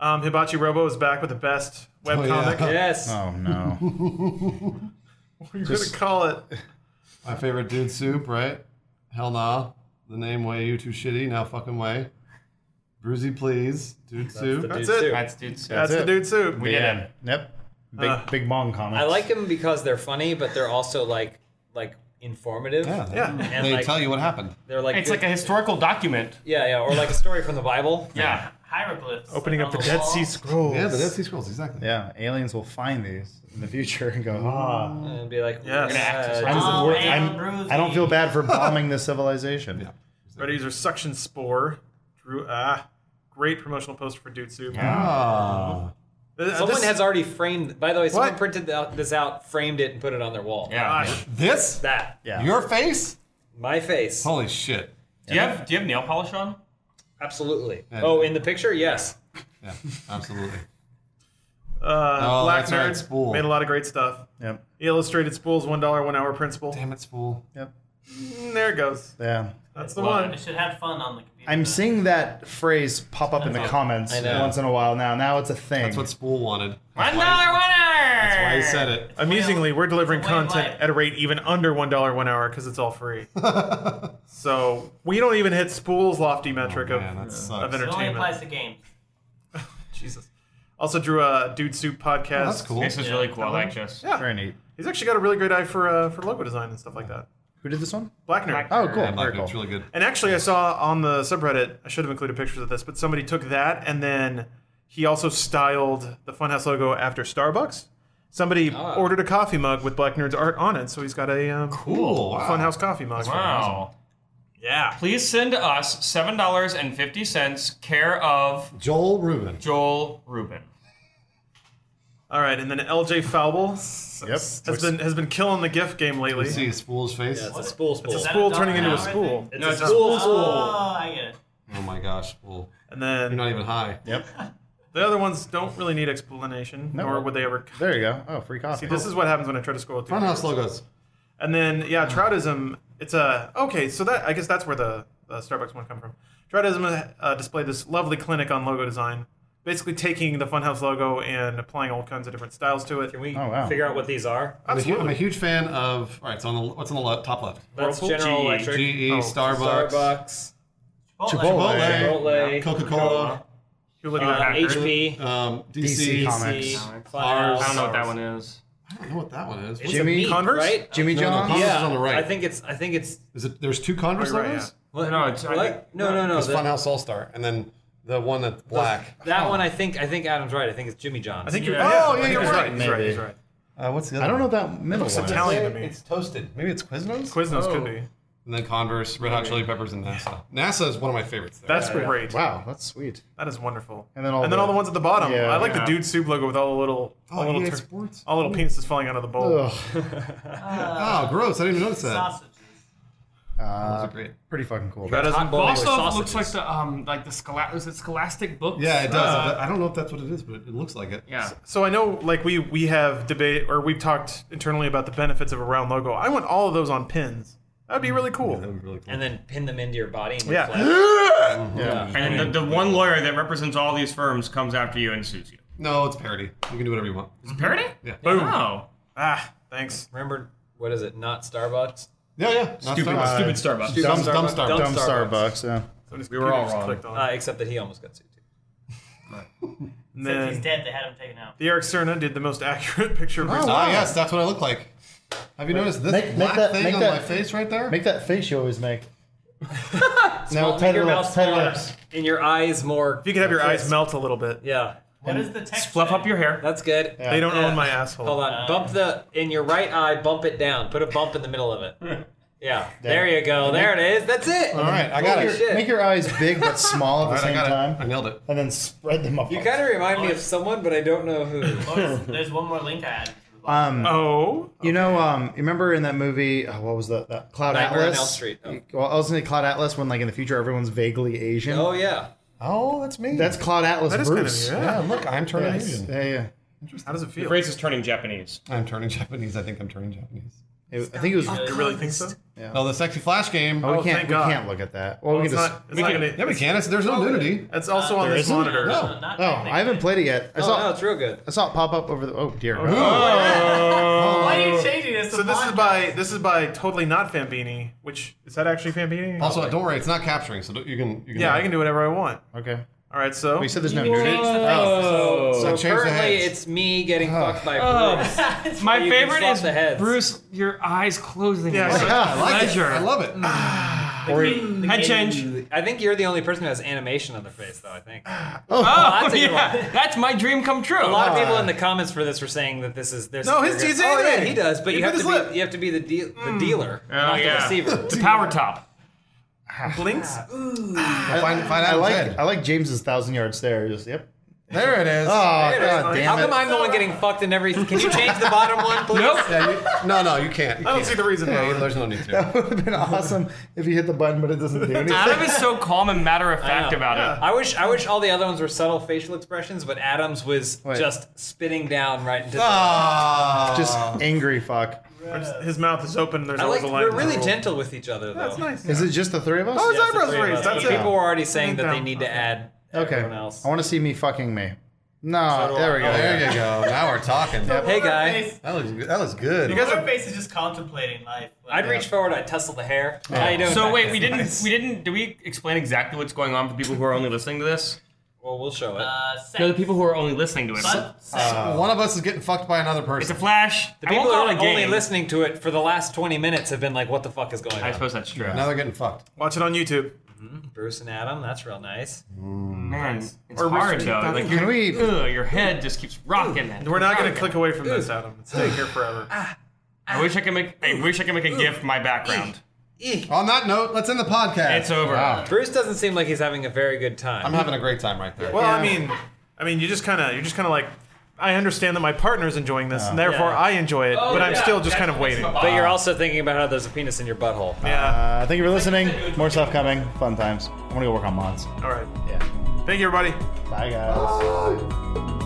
Speaker 3: Um, Hibachi Robo is back with the best
Speaker 2: Oh,
Speaker 3: webcomic.
Speaker 2: yeah. <laughs>
Speaker 1: Yes.
Speaker 6: Oh no.
Speaker 3: You're gonna call it.
Speaker 2: My favorite dude soup, right? Hell nah. The name way you too shitty. Now fucking way. Bruisey please, dude soup.
Speaker 3: That's
Speaker 1: Dude
Speaker 3: it.
Speaker 1: soup.
Speaker 5: That's dude's.
Speaker 3: That's,
Speaker 6: it.
Speaker 3: the dude soup.
Speaker 5: We did
Speaker 6: Yeah.
Speaker 5: it.
Speaker 6: Yep. Big big mong comments.
Speaker 1: I like them because they're funny, but they're also like like informative.
Speaker 2: Yeah.
Speaker 3: Yeah.
Speaker 1: And
Speaker 2: They
Speaker 1: like
Speaker 2: tell you what happened.
Speaker 1: they're like
Speaker 5: It's
Speaker 1: good-
Speaker 5: like a historical document.
Speaker 1: yeah yeah or like a story from the Bible.
Speaker 5: Yeah.
Speaker 4: hieroglyphs.
Speaker 3: Opening
Speaker 4: like,
Speaker 3: up the
Speaker 4: on
Speaker 3: Dead
Speaker 4: wall.
Speaker 3: Sea Scrolls.
Speaker 2: Yeah, the Dead Sea Scrolls, exactly.
Speaker 6: Yeah, aliens will find these in the future and go, ah.
Speaker 1: and be like,
Speaker 3: Yes.
Speaker 1: we're gonna access
Speaker 4: I'm-
Speaker 1: uh,
Speaker 4: Oh, man,
Speaker 6: I'm- I don't feel bad for bombing this civilization.
Speaker 2: Yeah.
Speaker 3: Ready to use our suction spore. Drew, ah, great promotional post for Dude Soup.
Speaker 2: Ah.
Speaker 3: Uh, this-
Speaker 1: Someone has already framed. By the way, someone
Speaker 3: What?
Speaker 1: printed the, this out, framed it, and put it on their wall.
Speaker 5: Yeah.
Speaker 3: Gosh,
Speaker 2: This?
Speaker 1: That
Speaker 6: Yeah.
Speaker 2: Your face?
Speaker 1: my face.
Speaker 2: Holy shit.
Speaker 5: Do you have Do you have nail polish on?
Speaker 1: Absolutely.
Speaker 2: Yeah.
Speaker 1: Oh, in the picture, yes.
Speaker 2: Yeah, absolutely.
Speaker 3: uh,
Speaker 2: Oh,
Speaker 3: Black
Speaker 2: that's right,
Speaker 3: Nerd
Speaker 2: Spool.
Speaker 3: made a lot of great stuff.
Speaker 6: Yep.
Speaker 3: The illustrated spools, one dollar, one hour principle.
Speaker 2: Damn it, spool.
Speaker 6: Yep.
Speaker 3: Mm, there it goes.
Speaker 6: Yeah.
Speaker 3: That's the
Speaker 4: Well,
Speaker 3: one.
Speaker 4: I should have fun on the computer.
Speaker 6: I'm seeing that phrase pop up in the comments
Speaker 1: I know.
Speaker 6: once in a while now. Now it's a thing.
Speaker 2: That's what spool wanted.
Speaker 5: One
Speaker 2: That's why-
Speaker 5: dollar, one hour.
Speaker 2: That's why he said it.
Speaker 3: Amusingly, we're delivering
Speaker 4: It's a way of
Speaker 3: content
Speaker 4: life.
Speaker 3: at a rate even under one dollar one hour because it's
Speaker 2: <laughs>
Speaker 3: all free. so we don't even hit Spool's lofty metric
Speaker 2: Oh,
Speaker 3: of,
Speaker 2: man, that sucks.
Speaker 3: of
Speaker 4: It only applies
Speaker 3: entertainment.
Speaker 4: to games.
Speaker 3: Jesus. Also drew a Dude Soup podcast.
Speaker 2: Oh, That's cool.
Speaker 5: This is really cool. I like this.
Speaker 3: Yeah.
Speaker 6: Very neat.
Speaker 3: He's actually got a really great eye for uh, for logo design and stuff like that.
Speaker 6: Who did this one?
Speaker 3: Black nerd.
Speaker 6: Oh, cool.
Speaker 2: I like
Speaker 6: Very
Speaker 2: it.
Speaker 6: cool.
Speaker 2: It's really good.
Speaker 3: And actually, I saw on the subreddit, I should have included pictures of this, but somebody took that and then he also styled the Funhouse logo after Starbucks. Somebody ordered a coffee mug with Black Nerd's art on it, so he's got a um,
Speaker 2: Cool. Wow.
Speaker 3: Funhouse coffee mug.
Speaker 5: Wow.
Speaker 3: Yeah.
Speaker 5: Please send us seven dollars and fifty cents, care of
Speaker 2: Joel Rubin.
Speaker 5: Joel Rubin.
Speaker 3: All right, and then LJ Foulble
Speaker 6: Yep.
Speaker 3: has been has been killing the GIF game lately.
Speaker 2: See his fool's face?
Speaker 1: Yeah, it's a spool spool.
Speaker 4: Is that
Speaker 3: Spool
Speaker 4: dollar
Speaker 3: turning into
Speaker 4: an
Speaker 3: a
Speaker 4: hour
Speaker 3: spool,
Speaker 4: thing?
Speaker 1: It's
Speaker 5: No,
Speaker 1: a
Speaker 5: it's a
Speaker 1: spool spool.
Speaker 4: Oh, I get it.
Speaker 2: Oh my gosh, spool.
Speaker 3: and
Speaker 2: You're
Speaker 3: then
Speaker 2: not even high.
Speaker 6: Yep.
Speaker 3: the other ones don't really need explanation,
Speaker 6: No.
Speaker 3: nor would they ever.
Speaker 6: There you go. Oh, free
Speaker 3: See,
Speaker 6: coffee.
Speaker 3: this is what happens when I try to scroll through.
Speaker 2: Funhouse logos.
Speaker 3: And then yeah, Troutism. It's a okay. So that I guess that's where the, the Starbucks one come from. Troutism uh, displayed this lovely clinic on logo design, basically taking the Funhouse logo and applying all kinds of different styles to it.
Speaker 1: Can we
Speaker 6: Oh, wow.
Speaker 1: figure out what these are?
Speaker 2: I'm a, hu- I'm a
Speaker 3: Absolutely.
Speaker 2: huge fan of. All right, so on the, what's on the le- top left?
Speaker 1: That's
Speaker 3: Whirlpool?
Speaker 1: General
Speaker 5: G-
Speaker 1: Electric,
Speaker 2: GE,
Speaker 3: Oh,
Speaker 2: Starbucks,
Speaker 1: Starbucks,
Speaker 6: Chipotle.
Speaker 1: Chipotle,
Speaker 2: Coca Cola,
Speaker 3: You're looking
Speaker 1: uh,
Speaker 3: at that.
Speaker 1: HP,
Speaker 2: um,
Speaker 6: DC
Speaker 2: DC.
Speaker 6: Comics.
Speaker 1: C,
Speaker 5: Comics.
Speaker 1: Funhouse,
Speaker 2: Ours.
Speaker 5: I don't know what that one is.
Speaker 2: I don't know what that one is. What's
Speaker 6: Jimmy-
Speaker 1: Meat,
Speaker 3: Converse?
Speaker 1: right?
Speaker 6: Jimmy
Speaker 2: No, no,
Speaker 6: John's?
Speaker 2: Converse
Speaker 1: yeah,
Speaker 2: is on the right.
Speaker 1: I think it's. I think it's.
Speaker 2: Is it? There's two Converse
Speaker 3: Oh, you're right,
Speaker 2: logos.
Speaker 1: What?
Speaker 5: No, it's- I
Speaker 1: what?
Speaker 5: think-
Speaker 1: no, no, no.
Speaker 2: There's
Speaker 1: the-
Speaker 2: Funhouse All Star, and then the one that's black.
Speaker 1: that one, I think. I think Adam's right. I think it's Jimmy John's.
Speaker 3: I think you're.
Speaker 5: Yeah.
Speaker 3: yeah,
Speaker 2: Oh,
Speaker 3: I
Speaker 2: yeah,
Speaker 3: think
Speaker 2: you're
Speaker 3: he's
Speaker 2: right.
Speaker 3: He's right. He's
Speaker 6: Maybe.
Speaker 3: right.
Speaker 2: Uh, what's the other?
Speaker 6: I don't know
Speaker 2: one?
Speaker 6: what that middle
Speaker 3: looks
Speaker 6: one. is.
Speaker 3: Italian. to me.
Speaker 2: It's toasted. Maybe it's Quiznos.
Speaker 3: Quiznos
Speaker 2: Oh.
Speaker 3: could be.
Speaker 2: And then Converse, Red Hot Chili Peppers, and NASA. NASA is one of my favorites. There.
Speaker 3: That's great.
Speaker 6: Wow, that's sweet.
Speaker 3: That is wonderful.
Speaker 6: And then all the-
Speaker 3: the, ones at the bottom.
Speaker 6: Yeah.
Speaker 3: I like
Speaker 5: Yeah.
Speaker 3: the dude soup logo with all the little all
Speaker 2: oh,
Speaker 3: little
Speaker 2: EA
Speaker 3: tur-
Speaker 2: Sports.
Speaker 3: all little penises falling out of the bowl.
Speaker 6: Ugh.
Speaker 2: Oh, gross! I didn't even notice that.
Speaker 4: Sausages.
Speaker 6: Uh,
Speaker 2: Those are great.
Speaker 6: Pretty fucking cool.
Speaker 3: That is
Speaker 1: Hot bowl with
Speaker 5: Bostov looks
Speaker 1: sausages.
Speaker 5: like the um like the schola- is it Scholastic books?
Speaker 2: Yeah, it does. I don't know if that's what it is, but it, it looks like it.
Speaker 5: Yeah.
Speaker 3: So I know, like we we have debate or we've talked internally about the benefits of a round logo. I want all of those on pins. That'd be really
Speaker 2: That
Speaker 3: cool.
Speaker 2: would be really cool.
Speaker 1: and then pin them into your body. And you
Speaker 3: Yeah.
Speaker 1: flex.
Speaker 5: <laughs>
Speaker 6: Yeah.
Speaker 5: And then the, the one lawyer that represents all these firms comes after you and sues you.
Speaker 2: No, it's parody. You can do whatever you want.
Speaker 5: Is it parody?
Speaker 2: Yeah.
Speaker 5: Boom. Wow.
Speaker 3: Ah, thanks.
Speaker 1: Remember, what is it? Not Starbucks.
Speaker 2: Yeah, yeah. Not
Speaker 5: Stupid,
Speaker 2: Starbucks.
Speaker 5: stupid Starbucks.
Speaker 1: Stupid
Speaker 2: Dumb- dumb Starbucks.
Speaker 6: Dumb Starbucks. Yeah.
Speaker 3: Somebody's
Speaker 5: We were
Speaker 3: computer
Speaker 5: all
Speaker 3: just
Speaker 5: wrong.
Speaker 3: clicked on.
Speaker 1: Uh, except that he almost got sued too.
Speaker 3: And
Speaker 4: Since he's
Speaker 3: then
Speaker 4: dead, they had him taken out.
Speaker 3: the Eric Cerna did the most <laughs> accurate picture of
Speaker 2: Oh,
Speaker 3: himself.
Speaker 6: wow.
Speaker 2: yes, that's what I look like. Have you noticed this
Speaker 6: make- make
Speaker 2: black
Speaker 6: that-
Speaker 2: thing
Speaker 6: make
Speaker 2: on
Speaker 6: that-
Speaker 2: my face right there?
Speaker 6: Make that face you always
Speaker 1: <laughs>
Speaker 6: make. now
Speaker 1: Well,
Speaker 6: tighter
Speaker 1: your
Speaker 6: lips.
Speaker 1: mouth
Speaker 6: Tighter
Speaker 1: smaller
Speaker 6: lips.
Speaker 1: and your eyes more.
Speaker 3: If you could have your eyes melt a little bit.
Speaker 1: Yeah,
Speaker 4: What is the text?
Speaker 5: Fluff
Speaker 4: say?
Speaker 5: up your hair.
Speaker 1: that's good.
Speaker 3: They don't
Speaker 1: Yeah.
Speaker 3: own my asshole.
Speaker 1: Hold on. Bump the in your right eye. Bump it down. Put a bump in the middle of it. Yeah. There you go. There it is. That's it.
Speaker 2: All right, I got
Speaker 1: Holy
Speaker 2: it.
Speaker 1: shit.
Speaker 6: Make your eyes big but small at
Speaker 2: All
Speaker 6: the
Speaker 2: right, I
Speaker 6: same
Speaker 2: got it. I
Speaker 6: time,
Speaker 2: nailed it.
Speaker 6: and then spread them up.
Speaker 1: You kind of remind me of someone, but I don't know who.
Speaker 4: Oh, there's- there's one more link I added. to the box.
Speaker 6: Um,
Speaker 3: Oh,
Speaker 6: You know, um, you remember in that movie, oh, what was that? that Cloud
Speaker 1: Nightmare on
Speaker 6: Atlas.
Speaker 1: Elm Street. Oh.
Speaker 6: Well, I was gonna say Cloud Atlas when, like, in the future, everyone's vaguely Asian.
Speaker 1: Oh yeah.
Speaker 2: Oh, that's me.
Speaker 6: That's Cloud Atlas
Speaker 3: That is kind of
Speaker 6: Bruce.
Speaker 3: you,
Speaker 2: yeah. Look, I'm turning
Speaker 6: Yes.
Speaker 2: Asian.
Speaker 6: Yeah, yeah.
Speaker 3: how does it
Speaker 5: The
Speaker 3: feel?
Speaker 5: phrase is turning Japanese.
Speaker 2: I'm turning Japanese. I think I'm turning Japanese.
Speaker 6: It- I think it was.
Speaker 3: You really think so?
Speaker 2: No, the sexy flash game.
Speaker 6: Oh, we
Speaker 3: Oh,
Speaker 6: can't.
Speaker 3: thank
Speaker 6: We
Speaker 3: God.
Speaker 6: can't look at that. Well, we
Speaker 3: It's
Speaker 6: can just.
Speaker 3: not. It's not gonna.
Speaker 2: Oh, yeah, we can. It's, there's no nudity.
Speaker 3: It's also on
Speaker 6: Uh, There
Speaker 3: this
Speaker 6: isn't?
Speaker 3: monitor.
Speaker 2: No.
Speaker 4: No, not
Speaker 6: Oh, I haven't played it yet. I
Speaker 1: Oh
Speaker 6: saw.
Speaker 1: no, it's real good.
Speaker 6: I saw it pop up over the. Oh dear. God.
Speaker 4: Why are you changing this?
Speaker 3: So this is
Speaker 4: <laughs>
Speaker 3: by this is by totally not Fambini. Which is that actually Fambini?
Speaker 2: Also, don't worry, it's not capturing, so don't- you can. You can
Speaker 3: yeah, I can do whatever I want.
Speaker 6: Okay.
Speaker 3: All right, so
Speaker 6: But you said there's no
Speaker 4: Change
Speaker 6: nudity.
Speaker 1: So,
Speaker 6: Oh.
Speaker 4: the
Speaker 5: So
Speaker 1: so
Speaker 2: change the
Speaker 1: currently,
Speaker 2: heads.
Speaker 1: it's me getting fucked by Bruce.
Speaker 4: face.
Speaker 5: Oh, My
Speaker 1: You can
Speaker 5: favorite
Speaker 1: swap
Speaker 5: is
Speaker 1: the heads.
Speaker 5: Bruce. Your eyes closing.
Speaker 3: Yeah,
Speaker 5: Like,
Speaker 3: so-
Speaker 2: Yeah, I like it.
Speaker 5: Pleasure.
Speaker 2: I love it.
Speaker 5: Head change.
Speaker 1: crazy. I think you're the only person who has animation on their face, though. I think
Speaker 5: Oh,
Speaker 1: that's a good
Speaker 5: yeah. That's my dream come true.
Speaker 1: a lot of people in the comments for this were saying that this is there's
Speaker 3: No, his- he's
Speaker 1: oh, yeah,
Speaker 3: animated.
Speaker 1: he does, but
Speaker 3: He
Speaker 1: you
Speaker 3: bit
Speaker 1: have to
Speaker 3: his lip.
Speaker 1: be, you have to be the deal,
Speaker 5: Mm.
Speaker 1: the dealer,
Speaker 5: Oh,
Speaker 1: not the
Speaker 5: <laughs>
Speaker 1: receiver.
Speaker 5: The power top.
Speaker 3: Blinks.
Speaker 2: Find, find
Speaker 6: I
Speaker 2: Adam's
Speaker 6: like
Speaker 2: head.
Speaker 6: I like James's thousand yard stare. Just yep.
Speaker 2: There it is.
Speaker 6: Oh god
Speaker 3: How
Speaker 1: How
Speaker 6: damn
Speaker 1: come
Speaker 6: it! <laughs>
Speaker 1: I'm the one getting fucked in every? Can you change the bottom one, please?
Speaker 5: Nope.
Speaker 2: Yeah, you- <laughs> no, no, you can't. You
Speaker 3: I don't
Speaker 2: can't.
Speaker 3: see the reason
Speaker 2: Yeah,
Speaker 3: why.
Speaker 2: you- there's no need to.
Speaker 6: It would have been awesome if you hit the button, but it doesn't do anything.
Speaker 2: <laughs>
Speaker 5: Adam is so calm and matter of
Speaker 1: I know.
Speaker 5: fact about it.
Speaker 1: I wish I wish all the other ones were subtle facial expressions, but Adams was
Speaker 6: Wait.
Speaker 1: just spitting down right into.
Speaker 2: Ah,
Speaker 6: <laughs> Just angry fuck.
Speaker 3: Or just- His mouth is open. And there's
Speaker 1: the, I
Speaker 3: always
Speaker 1: like
Speaker 3: a line.
Speaker 1: we're really
Speaker 3: Roll.
Speaker 1: gentle with each other, though.
Speaker 3: That's nice.
Speaker 6: Is it just the three of us?
Speaker 3: Oh, is
Speaker 1: Yes,
Speaker 3: that-
Speaker 1: the
Speaker 3: Eyebrows
Speaker 1: three of
Speaker 3: raised,
Speaker 1: us.
Speaker 3: that's
Speaker 1: But
Speaker 3: it.
Speaker 1: People were already saying that they
Speaker 3: down.
Speaker 1: need to add
Speaker 6: Okay.
Speaker 1: everyone else.
Speaker 6: I want to see me fucking me. No,
Speaker 1: So do
Speaker 6: there we
Speaker 1: I.
Speaker 6: go.
Speaker 1: Oh,
Speaker 2: there you go. Now we're talking.
Speaker 1: Hey guy,
Speaker 4: Face,
Speaker 2: That looks good. That looks good.
Speaker 4: you guys are face is just contemplating life. Like,
Speaker 1: I'd reach forward, I'd tussle the hair. How you doing?
Speaker 5: So
Speaker 1: back
Speaker 5: wait,
Speaker 1: there?
Speaker 5: we didn't we didn't did we explain exactly what's going on for people who are only listening to this?
Speaker 1: Well, we'll show it.
Speaker 4: Uh,
Speaker 5: No, the
Speaker 4: sex.
Speaker 5: people who are only listening to it.
Speaker 4: But sex.
Speaker 2: One of us is getting fucked by another
Speaker 5: Uh, It's a
Speaker 2: person.
Speaker 5: flash.
Speaker 1: the
Speaker 5: I
Speaker 1: people
Speaker 5: won't
Speaker 1: who
Speaker 5: call
Speaker 1: are
Speaker 5: it a
Speaker 1: only
Speaker 5: game.
Speaker 1: listening to it for the last 20 minutes have been like, "What the fuck is going
Speaker 5: I
Speaker 1: on?"
Speaker 5: suppose that's true.
Speaker 2: now they're getting fucked.
Speaker 3: Watch it on YouTube.
Speaker 1: Bruce and Adam, that's real nice.
Speaker 5: Man, it's
Speaker 3: Or we
Speaker 5: hard
Speaker 3: should-
Speaker 5: though. Like
Speaker 6: Can
Speaker 5: your,
Speaker 6: we-
Speaker 5: ugh, your head just keeps rocking. and
Speaker 3: We're not going to
Speaker 5: rocking.
Speaker 3: click away from this, Adam. It's staying here forever.
Speaker 5: I wish I could make. I wish I could make a GIF my background.
Speaker 2: On that note, let's end the podcast.
Speaker 5: It's over.
Speaker 1: Bruce doesn't seem like he's having a very good time.
Speaker 2: I'm having a great time right there.
Speaker 3: Well, I mean, I mean, you just kind of, you're just kind of like, I understand that my partner's enjoying this, and therefore
Speaker 1: Yeah.
Speaker 3: I enjoy it,
Speaker 4: Oh,
Speaker 3: but I'm
Speaker 4: yeah,
Speaker 3: still just kind of
Speaker 4: that's what
Speaker 3: waiting.
Speaker 4: makes
Speaker 1: but you're also thinking about how there's a penis in your butthole.
Speaker 3: Yeah.
Speaker 6: Uh, thank you for listening. More stuff coming. Fun times. I'm gonna go work on mods.
Speaker 3: All right.
Speaker 6: Yeah.
Speaker 3: Thank you, everybody.
Speaker 6: Bye guys.